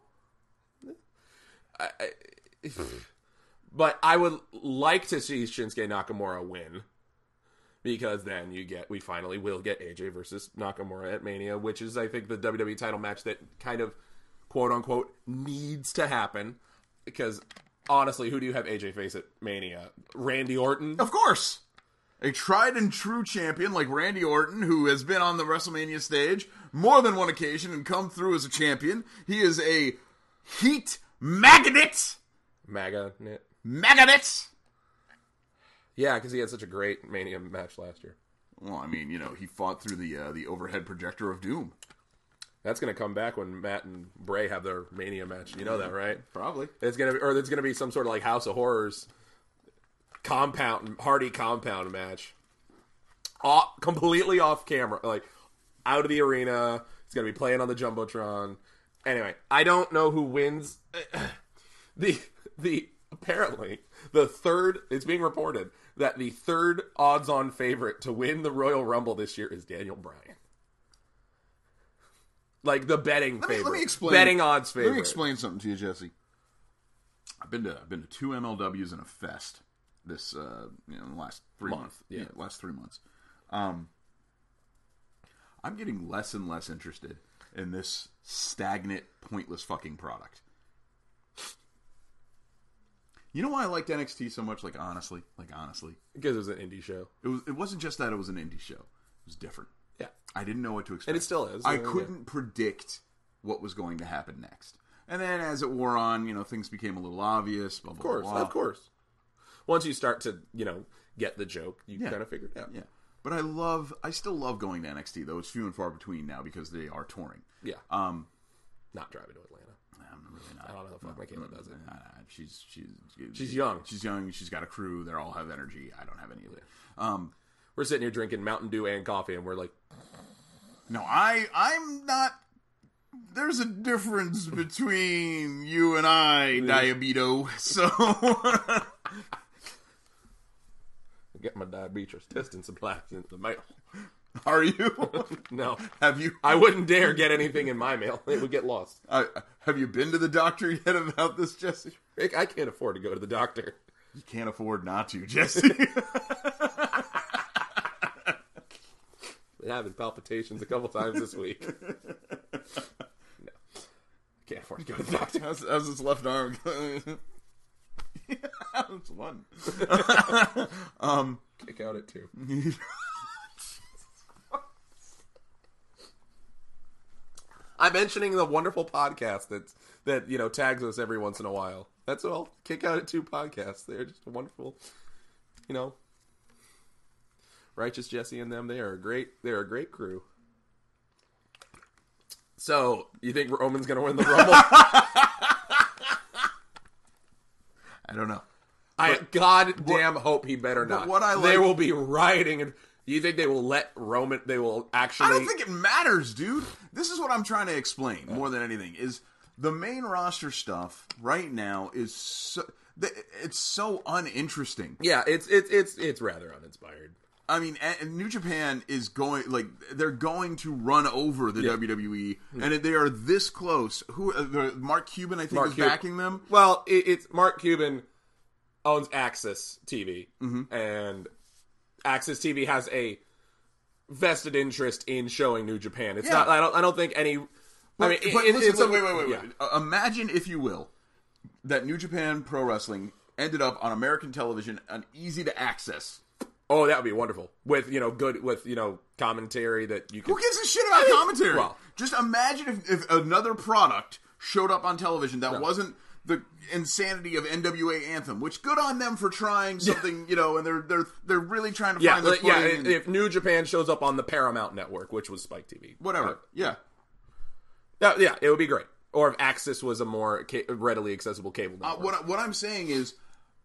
I, I, but I would like to see Shinsuke Nakamura win because then you get we finally will get AJ versus Nakamura at Mania, which is I think the WWE title match that kind of quote unquote needs to happen because honestly, who do you have AJ face at Mania? Randy Orton?
Of course. A tried and true champion like Randy Orton, who has been on the WrestleMania stage more than one occasion and come through as a champion. He is a heat magnet.
MAGA. yeah.
Magnet.
Yeah, because he had such a great Mania match last year.
Well, I mean, you know, he fought through the uh, the overhead projector of doom.
That's gonna come back when Matt and Bray have their Mania match. You know that, right?
Probably.
It's gonna be, or there's gonna be some sort of like House of Horrors compound, Hardy compound match, off, completely off camera, like out of the arena. It's gonna be playing on the jumbotron. Anyway, I don't know who wins. *clears throat* the the apparently the third. It's being reported that the third odds-on favorite to win the Royal Rumble this year is Daniel Bryan. Like the betting
Let me,
favorite,
let me explain.
betting odds favorite.
Let me explain something to you, Jesse. I've been to I've been to two MLWs and a fest this uh, you know, in the last three
Month,
months.
yeah.
last three months. Um, I'm getting less and less interested in this stagnant, pointless fucking product. You know why I liked NXT so much? Like honestly, like honestly,
because it was an indie show.
it was it wasn't just that it was an indie show. It was different.
Yeah,
I didn't know what to expect.
and it still is.
I
Yeah, yeah.
couldn't predict what was going to happen next. And then as it wore on, you know, things became a little obvious. Blah,
Of course,
blah, blah.
of course. Once you start to, you know, get the joke, you
Yeah.
kind of figure it out.
Yeah, but I love, I still love going to NXT though. It's few and far between now because they are touring.
Yeah.
Um,
Not driving to Atlanta.
I'm really not.
I don't know the fuck Michaela does it.
Nah, nah, she's she's
She's young.
She's young. She's got a crew. They all have energy. I don't have any of it. Um,
We're sitting here drinking Mountain Dew and coffee, and we're like,
no, I I'm not. There's a difference between you and I, Diabito. *laughs* So.
get my diabetes testing supplies in the mail.
Are you? *laughs*
No,
have you?
I wouldn't dare get anything in my mail. It would get lost.
I, have you been to the doctor yet about this, Jesse?
Rick, I can't afford to go to the doctor.
You can't afford not to, Jesse.
Been having palpitations a couple times this
*laughs*
week. No. Can't afford to go to the doctor.
how's, how's his left arm? *laughs* That's one.
Kick out at *laughs* two. I'm mentioning the wonderful podcast that that you know tags us every once in a while. That's all. Kick out at two podcasts. They're just a wonderful, you know. Righteous Jesse and them. They are a great. They are a great crew. So you think Roman's gonna win
*laughs*
the rumble?
I don't know.
I goddamn hope he better not.
what I
they
like-
will be rioting. And you think they will let Roman? They will actually.
I don't think it matters, dude. This is what I'm trying to explain more than anything is the main roster stuff right now is so th- it's so uninteresting.
Yeah, it's it's it's it's rather uninspired.
I mean, a- and New Japan is going like they're going to run over the WWE,
Hmm.
and they are this close. Who uh, the, Mark Cuban, I think,
Mark
is
Cuban.
backing them.
Well, it, it's Mark Cuban owns Axis TV,
Mm-hmm.
and Axis TV has a vested interest in showing New Japan. It's
Yeah.
not. I don't. I don't think any. I mean,
But- but
in- in
listen,
some-
wait, wait, wait, wait.
yeah.
wait. Uh, imagine, if you will, that New Japan Pro Wrestling ended up on American television and easy to access.
Oh, that would be wonderful. With you know, good with you know, commentary that you can.
Who gives a shit about commentary?
well-
Just imagine if, if another product showed up on television that wasn't the insanity of NWA Anthem, which good on them for trying something, you know, and they're they're they're really trying to
Yeah,
find their
like, yeah.
footing and-
If New Japan shows up on the Paramount Network, which was Spike TV,
whatever. yeah.
That- yeah, it would be great. Or if Axis was a more ca- readily accessible cable
Uh,
network.
what I- what I'm saying is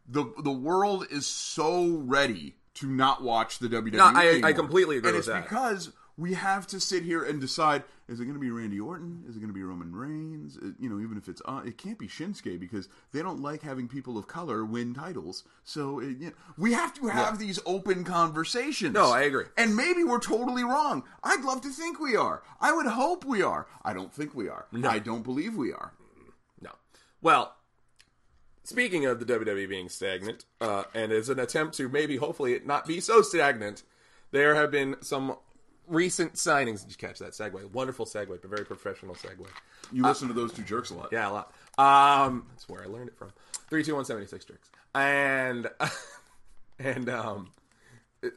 the the world is so ready to not watch the WWE.
No, I- I
E anymore.
completely agree
and
with
it's
that.
because we have to sit here and decide: is it going to be Randy Orton? Is it going to be Roman Reigns? It- you know, even if it's uh, it can't be Shinsuke because they don't like having people of color win titles. So it, you know, we have to have these open conversations.
No, I agree.
And maybe we're totally wrong. I'd love to think we are. I would hope we are. I don't think we are. I don't believe we are.
No. Well, speaking of the WWE being stagnant, uh, and as an attempt to maybe, hopefully, it not be so stagnant, there have been some recent signings. Did you catch that segue? Wonderful segue, but very professional segue.
You listen to those two jerks a lot.
Yeah, a lot. Um, that's where I learned it from. Three, two, one, seventy six tricks, and *laughs* and um,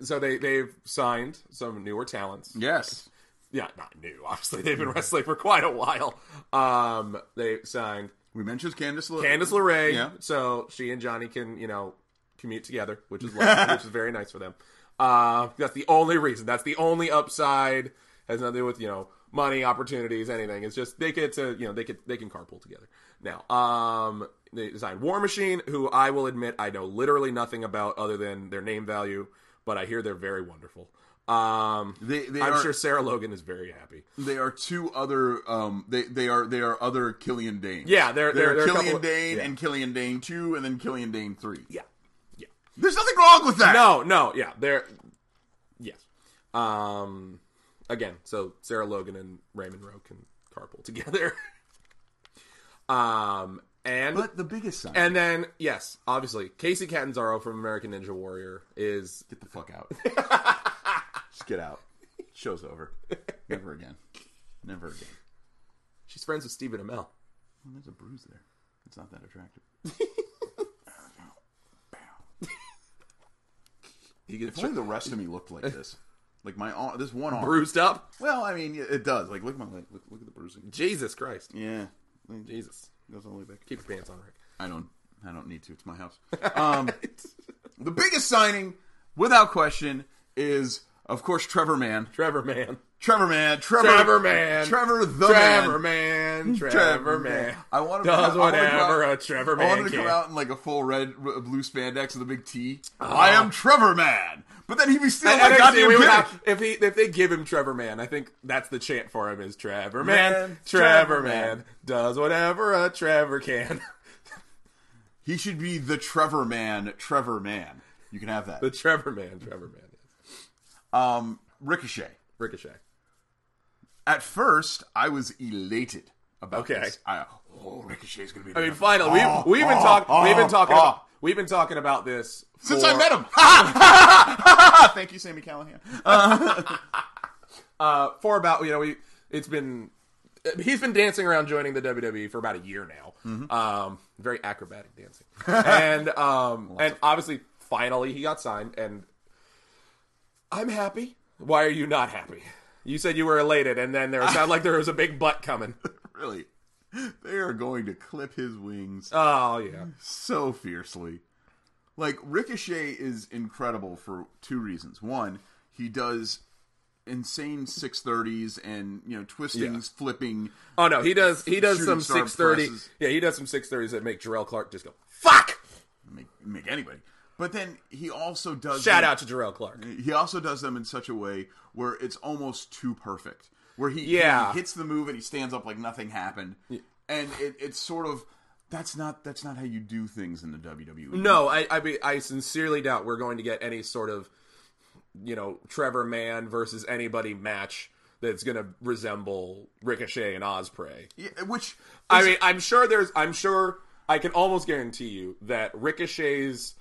so they they've signed some newer talents.
Yes.
Yeah, not new. Obviously, they've been wrestling for quite a while. Um, they signed
We mentioned Candice LeRae.
Candice LeRae.
Yeah.
So she and Johnny can, you know, commute together,
*laughs*
which is lovely, which is very nice for them. Uh, that's the only reason. That's the only upside. Has nothing to do with you know money, opportunities, anything. It's just they get to you know they could they can carpool together now. Um, they designed War Machine, who I will admit I know literally nothing about other than their name value, but I hear they're very wonderful. Um,
They, they
I'm
are,
sure Sarah Logan is very happy.
they are two other. Um, they they are they are other Killian Dane.
Yeah, they're- they're- they're a
Killian
couple of-
Dane
yeah.
and Killian Dane two, and then Killian Dane three.
Yeah,
There's nothing wrong with that.
No, no, yeah, they're yes. Um, again, so Sarah Logan and Raymond Rowe can carpool together. *laughs* um, and
But the biggest sign.
and then yes, obviously Casey Catanzaro from American Ninja Warrior is
get the fuck
*laughs*
out. Just get out. Show's over. Never again. Never again.
she's friends with Stephen Amell.
Well, there's a bruise there. It's not that
*laughs*
attractive.
He gets
If only the rest of me looked like this. Like my arm, this
*laughs*
one arm.
bruised up.
Well, I mean, it it does. Like, look at my leg. Look, look at the bruising.
Jesus Christ,
Yeah, it
Jesus,
goes all the way back.
keep your pants on, Rick.
I don't. I don't need to. It's my *laughs* house. Um, the biggest signing, without question, is of course Trevor Mann.
Trevor Man,
Trevor Mann. Trevor,
Trevor Man,
Trevor the
Trevor
Man.
Man,
*laughs* Trevor
Trevor Man.
I wanna-
does
I wanna go
whatever
out-
a Trevor
I wanted
Man
to
can.
Oh, come out in like a full red, r- blue spandex with a big T. I am Trevor Man. But then he'd be still
Oh. And
like,
actually,
goddamn
we would
British.
have, if he if they give him Trevor Man, I think that's the chant for him is Trevor Man,
Man, Trevor
Trevor
Man.
Man does whatever a Trevor can. *laughs*
He should be the Trevor Man. Trevor Man. You can have that.
the Trevor Man, Trevor Man, yes.
Um, Ricochet.
Ricochet.
At first, I was elated about
Okay.
this. I, oh, Ricochet's gonna be. Oh,
I mean, finally,
Ah,
we've we've been talking we've been talking about, we've been talking about this
since
for-
I
*laughs*
met him. Thank you, Sammy Callahan.
uh, for about you know we it's been he's been dancing around joining the WWE for about a year now.
Mm-hmm.
Um, very acrobatic dancing, *laughs* and um, and obviously finally he got signed, and I'm happy. Why are you not happy? You said you were elated, and then there it sounded like there was a big
*laughs*
butt coming.
*laughs* really, they are going to clip his wings
Oh yeah,
so fiercely. Like Ricochet is incredible for two reasons. One, he does insane six thirties and you know twistings, flipping.
Oh no, he does. He does
Shooting
some
star
six thirty.
presses.
Yeah, he does some six thirties that make Jarrell Clark just go fuck.
make, make anybody. But then he also does
Shout
them-
out to Jarrell Clark.
He also does them in such a way where it's almost too perfect. Where he,
Yeah.
he hits the move and he stands up like nothing happened, and it, it's sort of that's not that's not how you do things in the E. WWE.
No, I I, be, I sincerely doubt we're going to get any sort of you know Trevor Mann versus anybody match that's going to resemble Ricochet and Osprey.
Yeah, which
I mean, I'm sure there's I'm sure I can almost guarantee you that Ricochet's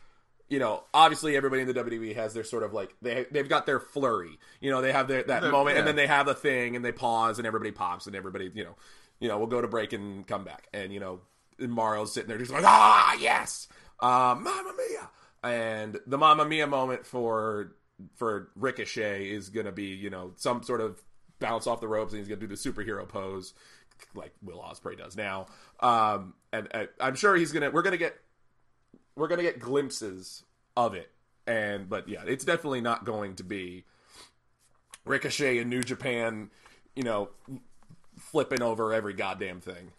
you know, obviously everybody in the WWE has their sort of like they they've got their flurry. You know, they have their that
Their-
moment and
yeah.
then they have a thing and they pause and everybody pops and everybody, you know, you know, we'll go to break and come back. And you know, and Mario's sitting there just like, "Ah, yes. Uh, Mamma Mia." And the Mamma Mia moment for for Ricochet is going to be, you know, some sort of bounce off the ropes and he's going to do the superhero pose like Will Osprey does now. Um and I, I'm sure he's going to we're going to get we're gonna get glimpses of it and but yeah it's definitely not going to be ricochet and new japan you know flipping over every goddamn thing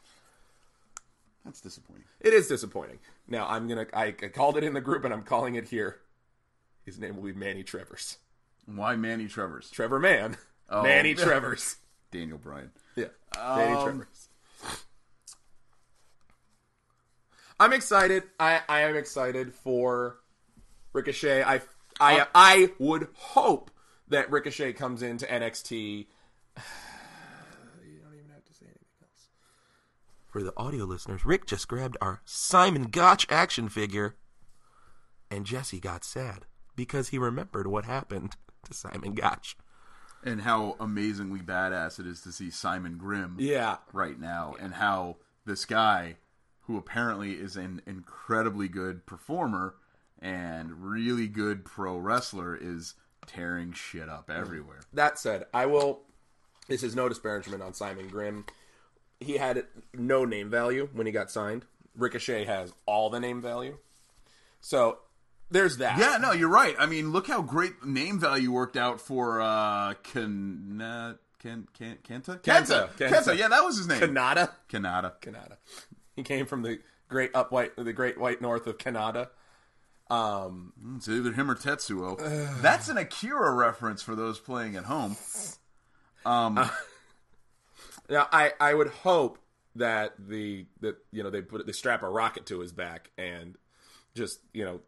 that's disappointing.
it is disappointing now i'm gonna i, I called it in the group and i'm calling it here his name will be manny trevors
Why Manny Travers?
trevor mann
Oh,
Danny Trevor's.
Daniel Bryan.
Yeah. Danny
Um,
Trevor's. I'm excited. I, I am excited for Ricochet. I I I would hope that Ricochet comes into NXT. *sighs* You don't even have to say anything else. For the audio listeners, Rick just grabbed our Simon Gotch action figure, and Jesse got sad because he remembered what happened to Simon Gotch.
And how amazingly badass it is to see Simon Grimm
Yeah,
right now, and how this guy, who apparently is an incredibly good performer and really good pro wrestler, is tearing shit up everywhere.
That said, I will. This is no disparagement on Simon Grimm. He had no name value when he got signed. Ricochet has all the name value. So there's that.
Yeah, no, you're right. I mean, look how great name value worked out for uh, Ken, uh, Ken, Ken, Kenta? Kenta.
Kenta. Kenta.
Yeah, that was his name.
Kanata.
Kanata.
Kanata. He came from the great up white, the great white north of Kanata. Um,
It's either him or *sighs* Tetsuo. That's an Akira reference for those playing at *laughs* home. Um,
now I, I would hope that the that you know they put they strap a rocket to his back and just you know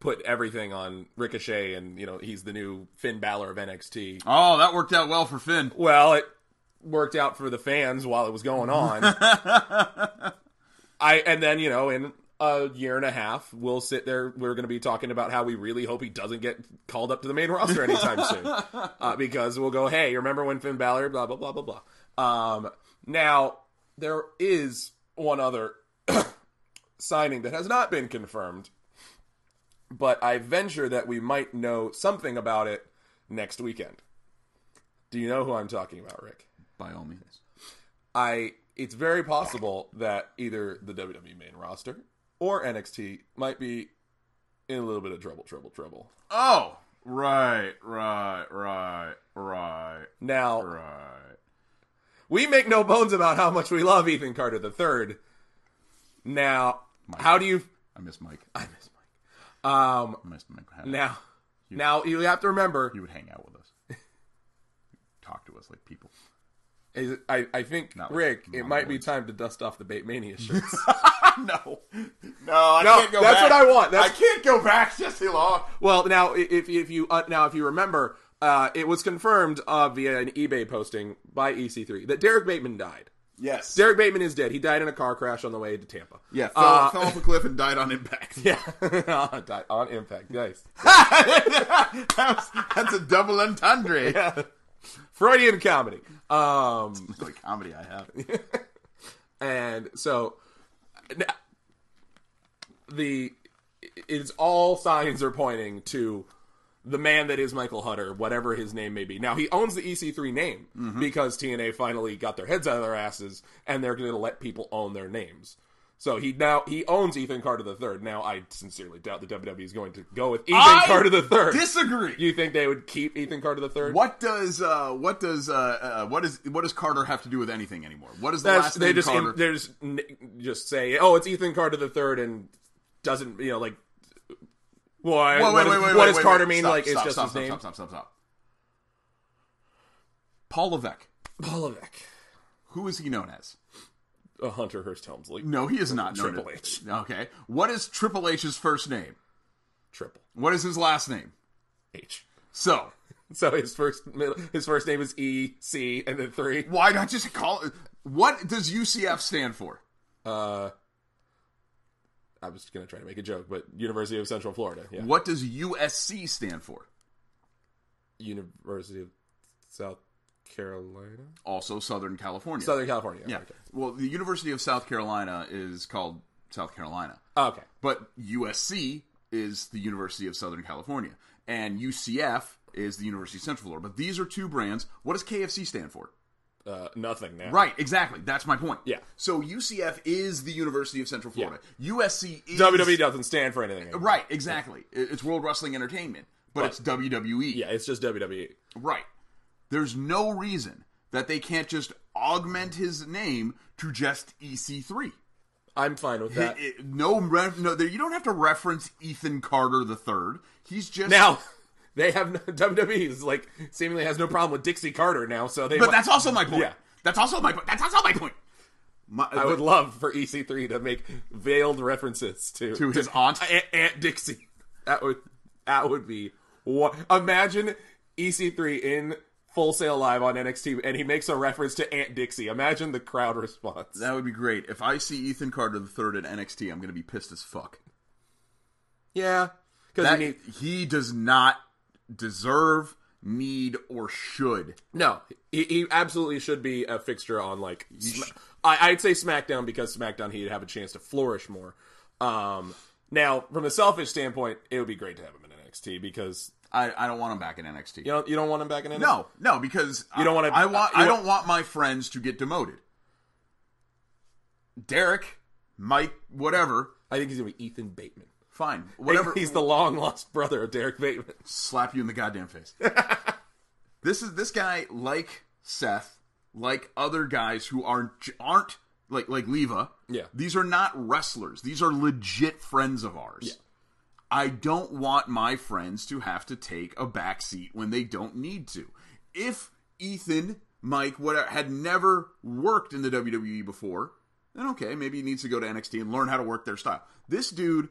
put everything on Ricochet and you know he's the new Finn Balor of NXT.
Oh, that worked out well for Finn.
Well, it worked out for the fans while it was going on. I and then you know in a year and a half we'll sit there. We're going to be talking about how we really hope he doesn't get called up to the main roster anytime soon uh, because we'll go, hey, remember when Finn Balor? Blah blah blah blah blah. Um, now there is one other *clears throat* signing that has not been confirmed, but I venture that we might know something about it next weekend. Do you know who I'm talking about, Rick?
By all means.
I it's very possible that either the WWE main roster or NXT might be in a little bit of trouble, trouble, trouble.
Oh, right, right, right, right,
Now,
right.
we make no bones about how much we love Ethan Carter III. Now, how do you
I missed Mike.
I
I
miss Mike. Um
missed Mike.
now now you have to remember
He would hang out with us, *laughs* talk to us like people.
is, I, I think
Not with
Rick, it
my
might be
words.
time to dust off the Bait
*laughs*
Mania shirts.
*laughs* no, no, I
No, that's what I want. That's-
can't go back, Jesse Long.
Well, now i- if if you uh, now if you remember, uh, it was confirmed uh, via an eBay posting by EC3 that Derek Bateman died.
Yes,
Derek Bateman is dead. He died in a car crash on the way to Tampa.
yeah, fell,
Uh,
fell off a cliff and died on *laughs* impact.
*laughs* yeah, *laughs* died on impact. Nice.
That was- that's a double *laughs* entendre.
Freudian comedy. Um,
It's like comedy I have.
and so n- the it's all signs are pointing to the man that is Michael Hutter, whatever his name may be. Now he owns the EC3 name because TNA finally got their heads out of their asses and they're going to let people own their names. So he now he owns Ethan Carter the third. Now I sincerely doubt the WWE is going to go with Ethan
I
Carter the third.
Disagree.
you think they would keep Ethan Carter the third?
What does uh, what does uh, uh, what is what does Carter have to do with anything anymore? What is the
That's-
last
they
name
just
Carter?
they just n- just say, "Oh, it's Ethan Carter the third and doesn't you know like why?
Whoa,
what
wait,
does-
wait, wait,
what
wait,
does
wait,
Carter
wait.
mean?
Stop,
like
stop,
it's just
stop,
his
stop,
name."
Stop, stop, stop, stop. Paul Levesque.
Paul Levesque,
Who is he known as?
uh, Hunter Hearst Helmsley,
No, he is not known
Triple
as-
H.
Okay. What is Triple H's first name?
triple
What is his last name?
H.
So
So his first middle, his first name is E C, and then three.
why not just call it? What does UCF stand for?
Uh, I was gonna try to make a joke, but University of Central Florida, yeah,
What does USC stand for?
University of South Carolina,
Also Southern California.
Southern California.
yeah.
okay.
Well, the University of South Carolina is called South Carolina.
okay.
But USC is the University of Southern California, and UCF is the University of Central Florida. But these are two brands. What does KFC stand for?
Uh, nothing now.
Right, exactly. That's my point.
Yeah.
So UCF is the University of Central Florida. USC is
WWE E doesn't stand for anything. anymore.
Right, exactly. It- It's World Wrestling Entertainment, but
Right.
it's WWE.
Yeah, it's just E. WWE.
Right. There's no reason that they can't just augment his name to just EC3.
I'm fine with that.
It- it- no, ref, no, there, you don't have to reference Ethan Carter the third. He's just
*laughs* now, They have no, WWE is like seemingly has no problem with Dixie Carter now, so they.
But
mu-
that's also my point.
Yeah.
That's also my point. That's also my point. My,
I would love for EC3 to make veiled references to
To *laughs* his aunt?
Aunt, Aunt Dixie. That would that would be what? Imagine EC3 in Full Sail Live on NXT, and he makes a reference to Aunt Dixie. Imagine the crowd response.
that would be great. If I see Ethan Carter the third at NXT, I'm going to be pissed as fuck.
yeah, because
That,
need
he does not deserve, need, or should.
no, he, he absolutely should be a fixture on like Sma- I, I'd say SmackDown because SmackDown he'd have a chance to flourish more. Um, now, from a selfish standpoint, it would be great to have him in NXT because
I, I don't want him back in NXT.
you don't you don't want him back in NXT.
No, no, because
You don't wanna-
I, I want.
you
I
want-
don't want my friends to get demoted. Derek, Mike, whatever.
I think he's gonna be Ethan Bateman.
Fine, *laughs* whatever.
He's the long lost brother of
*laughs*
Derek Bateman.
slap you in the goddamn face. this is this guy like Seth, like other guys who are aren't like like Leva.
Yeah.
these are not wrestlers. These are legit friends of ours. I don't want my friends to have to take a back seat when they don't need to. If Ethan, Mike, whatever, had never worked in the WWE before, then okay, maybe he needs to go to NXT and learn how to work their style. This dude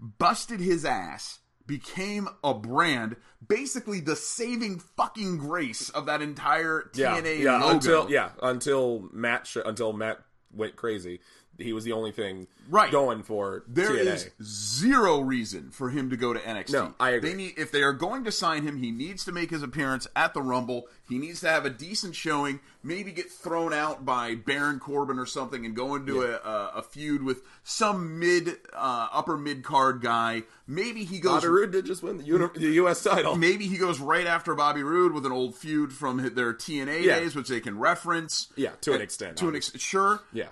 busted his ass, became a brand, basically the saving fucking grace of that entire TNA logo.
until yeah, until Matt sh- until Matt went crazy, he was the only thing
Right.
going for
There
TNA.
is zero reason for him to go to NXT.
No, I agree.
They need, if they are going to sign him, he needs to make his appearance at the Rumble. He needs to have a decent showing, maybe get thrown out by Baron Corbin or something and go into a, a, a feud with some mid, uh, upper mid card guy. Maybe he goes.
Bobby Roode did just win the, uni- the U.S. title.
Maybe he goes right after Bobby Roode with an old feud from hi- their TNA
Yeah.
days, which they can reference.
Yeah, to an
And-
extent,
To an ex- sure,
yeah,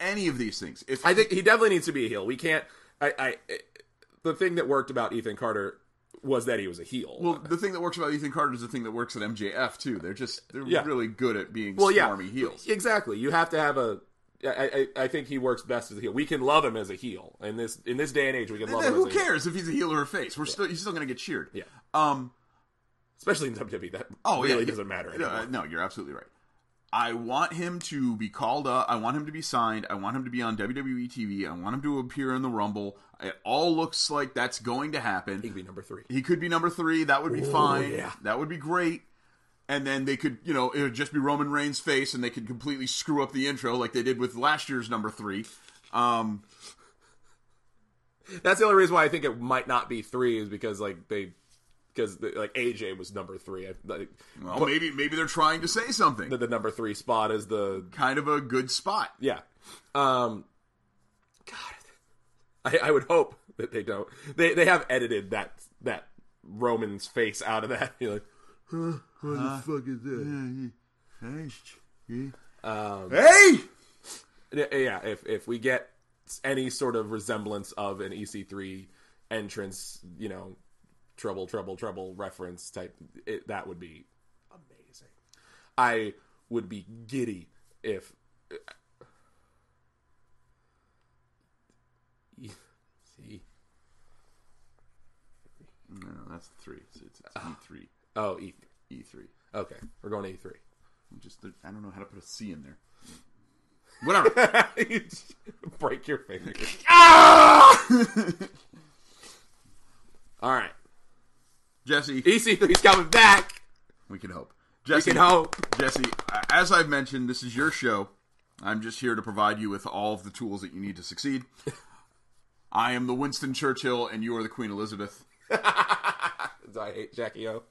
any of these things. If
I think he definitely needs to be a heel. We can't. I, I the thing that worked about Ethan Carter was that he was a heel.
Well, the thing that works about Ethan Carter is the thing that works at MJF too. They're just they're
Yeah.
really good at being
well, yeah,
swarmy heels.
Exactly. You have to have a. I, I, I think he works best as a heel. We can love him as a heel in this in this day and age. We can love
Then
him.
who
as a heel.
cares if he's a heel or a face? We're still he's still going to get cheered.
Yeah.
Um.
Especially in WWE, that
Oh, yeah,
really
yeah.
doesn't matter
No,
anymore.
uh, no, you're absolutely right. I want him to be called up. I want him to be signed. I want him to be on WWE TV. I want him to appear in the Rumble. It all looks like that's going to happen.
he could be number three.
He could be number three. That would be fine.
yeah.
That would be great. And then they could, you know, it would just be Roman Reigns' face, and they could completely screw up the intro like they did with last year's number three. Um,
That's the only reason why I think it might not be three is because like they because the, like AJ was number three. I, like,
well, maybe maybe they're trying to say something.
the, the number three spot is the
kind of a good spot.
yeah. Um, God, I, I would hope that they don't. They they have edited that that Roman's face out of that. *laughs* You're like,
Hey,
Yeah, yeah, if if we get any sort of resemblance of an EC3 entrance, you know, trouble, trouble, trouble reference type, it, that would be amazing. I would be giddy if. uh, *laughs* E See,
no, no, that's the three. It's, it's, it's E three,
oh, E.
E three.
Okay, we're going to E
Just the- I don't know how to put a C in there.
*laughs*
Whatever.
E3. You just *laughs* Break your finger. Ah! All right,
*laughs* Jesse,
EC3's coming back.
we can hope.
We
Jesse,
can hope.
Jesse, as I've mentioned, this is your show. I'm just here to provide you with all of the tools that you need to succeed. I am the Winston Churchill, and you are the Queen Elizabeth.
I hate Jackie O.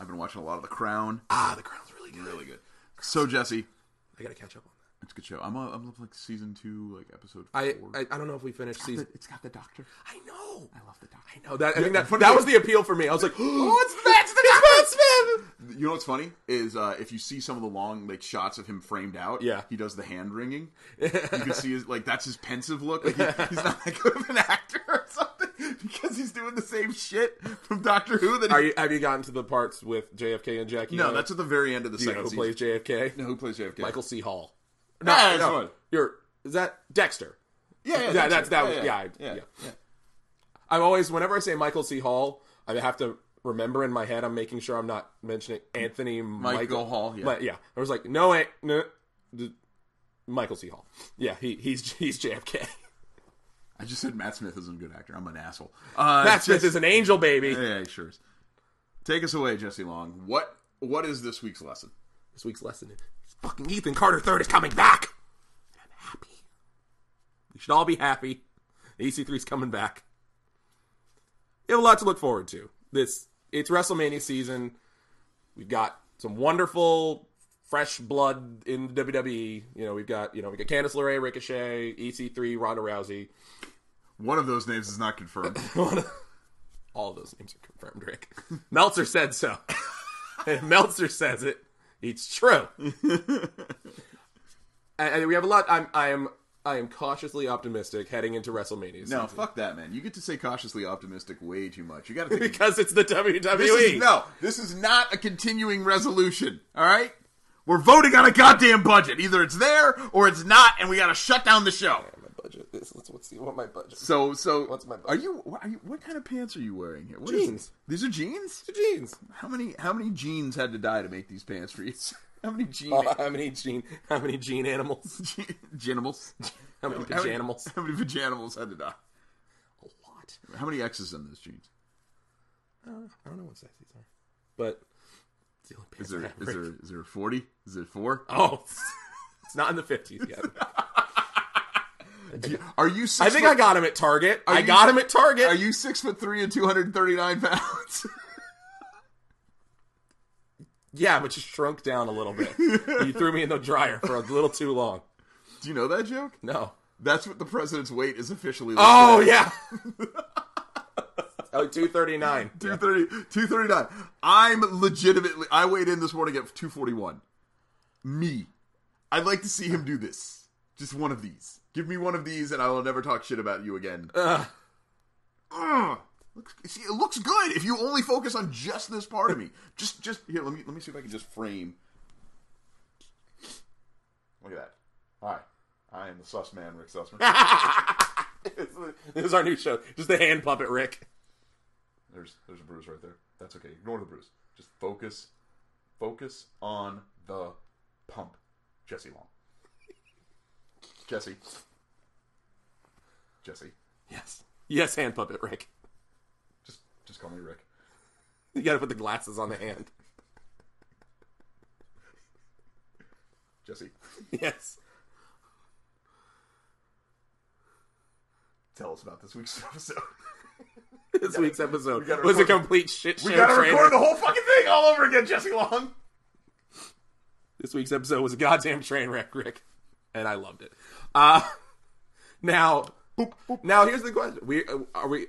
I've been watching a lot of The Crown.
Ah, the crown's really good.
Really good. So, Jesse,
I gotta catch up on
it's a good show. I'm, uh, I'm up like season two, like episode four.
that. I, I I don't know if we finished season.
it's got the doctor.
I know.
I love the doctor.
I know that. I think that
funny
that
thing-
was the appeal for me. I was like, *gasps* oh, it's that's the
You know what's funny is uh, if you see some of the long like shots of him framed out.
Yeah.
he does the hand
*laughs*
wringing. you can see his like that's his pensive look. Like he- he's not that good of an actor or something *laughs* because he's doing the same shit from Doctor Who. That he,
Are you? Have you gotten to the parts with JFK and Jackie?
no,
O?
that's at the very end of the
you know
second
who
season.
plays JFK.
No, who plays JFK?
Michael C. Hall.
No, yeah, that's one.
You're is that Dexter?
yeah, yeah,
Yeah,
that's
that's-
it.
that was- yeah, I-
yeah,
yeah. I'm always whenever I say Michael C. Hall, I have to remember in my head, I'm making sure I'm not mentioning Anthony
Michael,
Michael.
Hall. Yeah.
But yeah, I was like, no, wait, no, d- Michael C. Hall. Yeah, he, he's he's JFK.
I just said Matt Smith isn't a good actor. I'm an asshole. Uh,
Matt Smith is an angel, baby.
Yeah, he sure is. Take us away, Jesse Long. What What is this week's lesson?
This week's lesson is fucking Ethan Carter Third is coming back. I'm happy. We should all be happy. E EC3's coming back. You have a lot to look forward to. This it's WrestleMania season. We've got some wonderful fresh blood in the WWE. You know, we've got you know we got Candice LeRae, Ricochet, EC3, Ronda Rousey.
One of those names is not
*laughs*
confirmed.
All of those names are confirmed, Rick. Meltzer said so. *laughs* and if Meltzer says it,
*laughs*
it's true. and, and we have a lot. I'm, I am, I am cautiously optimistic heading into WrestleMania.
no,
season.
fuck that, man. You get to say cautiously optimistic way too much. You got to think.
*laughs* because it's the E. WWE.
this is, no, this is not a continuing resolution. All right, we're voting on a goddamn budget. Either it's there or it's not, and we got to shut down the show.
My budget. This, let's, let's see what my budget.
So, so
What's my budget?
are you? What, are you, what kind of pants are you wearing here? What is
Jeans.
this? these are jeans.
The jeans.
How many? How many jeans had to die to make these pants for you? *laughs* How many jeans? *laughs*
Oh, how many gene? How many gene animals? *laughs*
Genimals.
How many
How many- *laughs*
pajanimals?
How many pajanimals had to die?
A lot.
How many X's in those jeans?
I don't know what size these are, but it's the only
Is
pants I
there
have, *laughs*
is
Rick.
there is there forty? Is it four?
Oh, *laughs* it's not in the fifties yet.
Do you- Are you? Six
I think
foot,
I got him at Target. I
you-
got him at Target.
Are you six foot three and two hundred thirty nine pounds? *laughs*
yeah, but you shrunk down a
*laughs*
little bit. you threw me in the dryer for a little too long.
Do you know that joke?
No.
That's what the president's weight is officially.
Oh yeah. *laughs* oh, two thirty nine.
230, 239. I'm legitimately. I weighed in this morning at two forty one. Me, I'd like to see him do this. Just one of these. Give me one of these, and I will never talk shit about you again. Ugh. Looks- See, it looks good if you only focus on just this part of me. Just, just here. Let me let me see if I can just frame. Look at that. Hi, I am the sus man, Rick Sussman.
*laughs* This is our new show. Just the hand puppet, Rick.
There's there's a bruise right there. That's okay. Ignore the bruise. Just focus, focus on the pump. Jesse Long. Jesse. Jesse.
Yes. Yes, hand puppet, Rick.
Just just call me Rick.
You got to put the glasses on the hand.
Jesse.
Yes.
Tell us about this week's *laughs* episode.
This week's episode
gotta
was a
record-
complete shit show.
We gotta
train
record
wreck.
the whole fucking thing all over again, Jesse Long.
This week's episode was a goddamn train wreck, Rick, and I loved it. Uh *laughs* now, now here's the question: We uh, are we?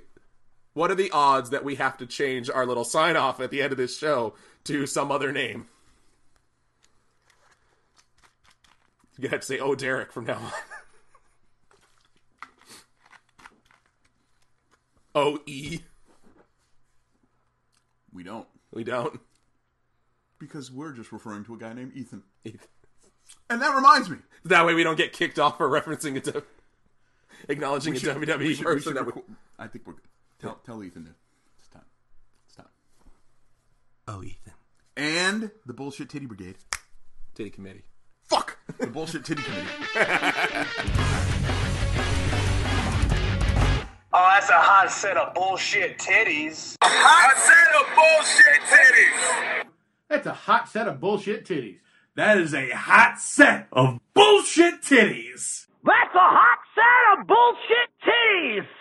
What are the odds that we have to change our little sign off at the end of this show to some other name? You have to say, "Oh, Derek," from now on. *laughs* O E.
We don't.
We don't.
Because we're just referring to a guy named Ethan.
Ethan.
And that reminds me.
That way, we don't get kicked off for referencing a w- acknowledging a WWE
we should- we
person
should
that we.
record- I think we're good. Tell tell Ethan that it's time. It's time.
Oh, Ethan.
And the bullshit titty brigade.
Titty committee.
Fuck the bullshit titty committee.
Oh, that's a hot set of bullshit titties.
Hot set of bullshit titties.
That's a hot set of bullshit titties.
That is a hot set of bullshit titties.
That's a hot set of bullshit titties.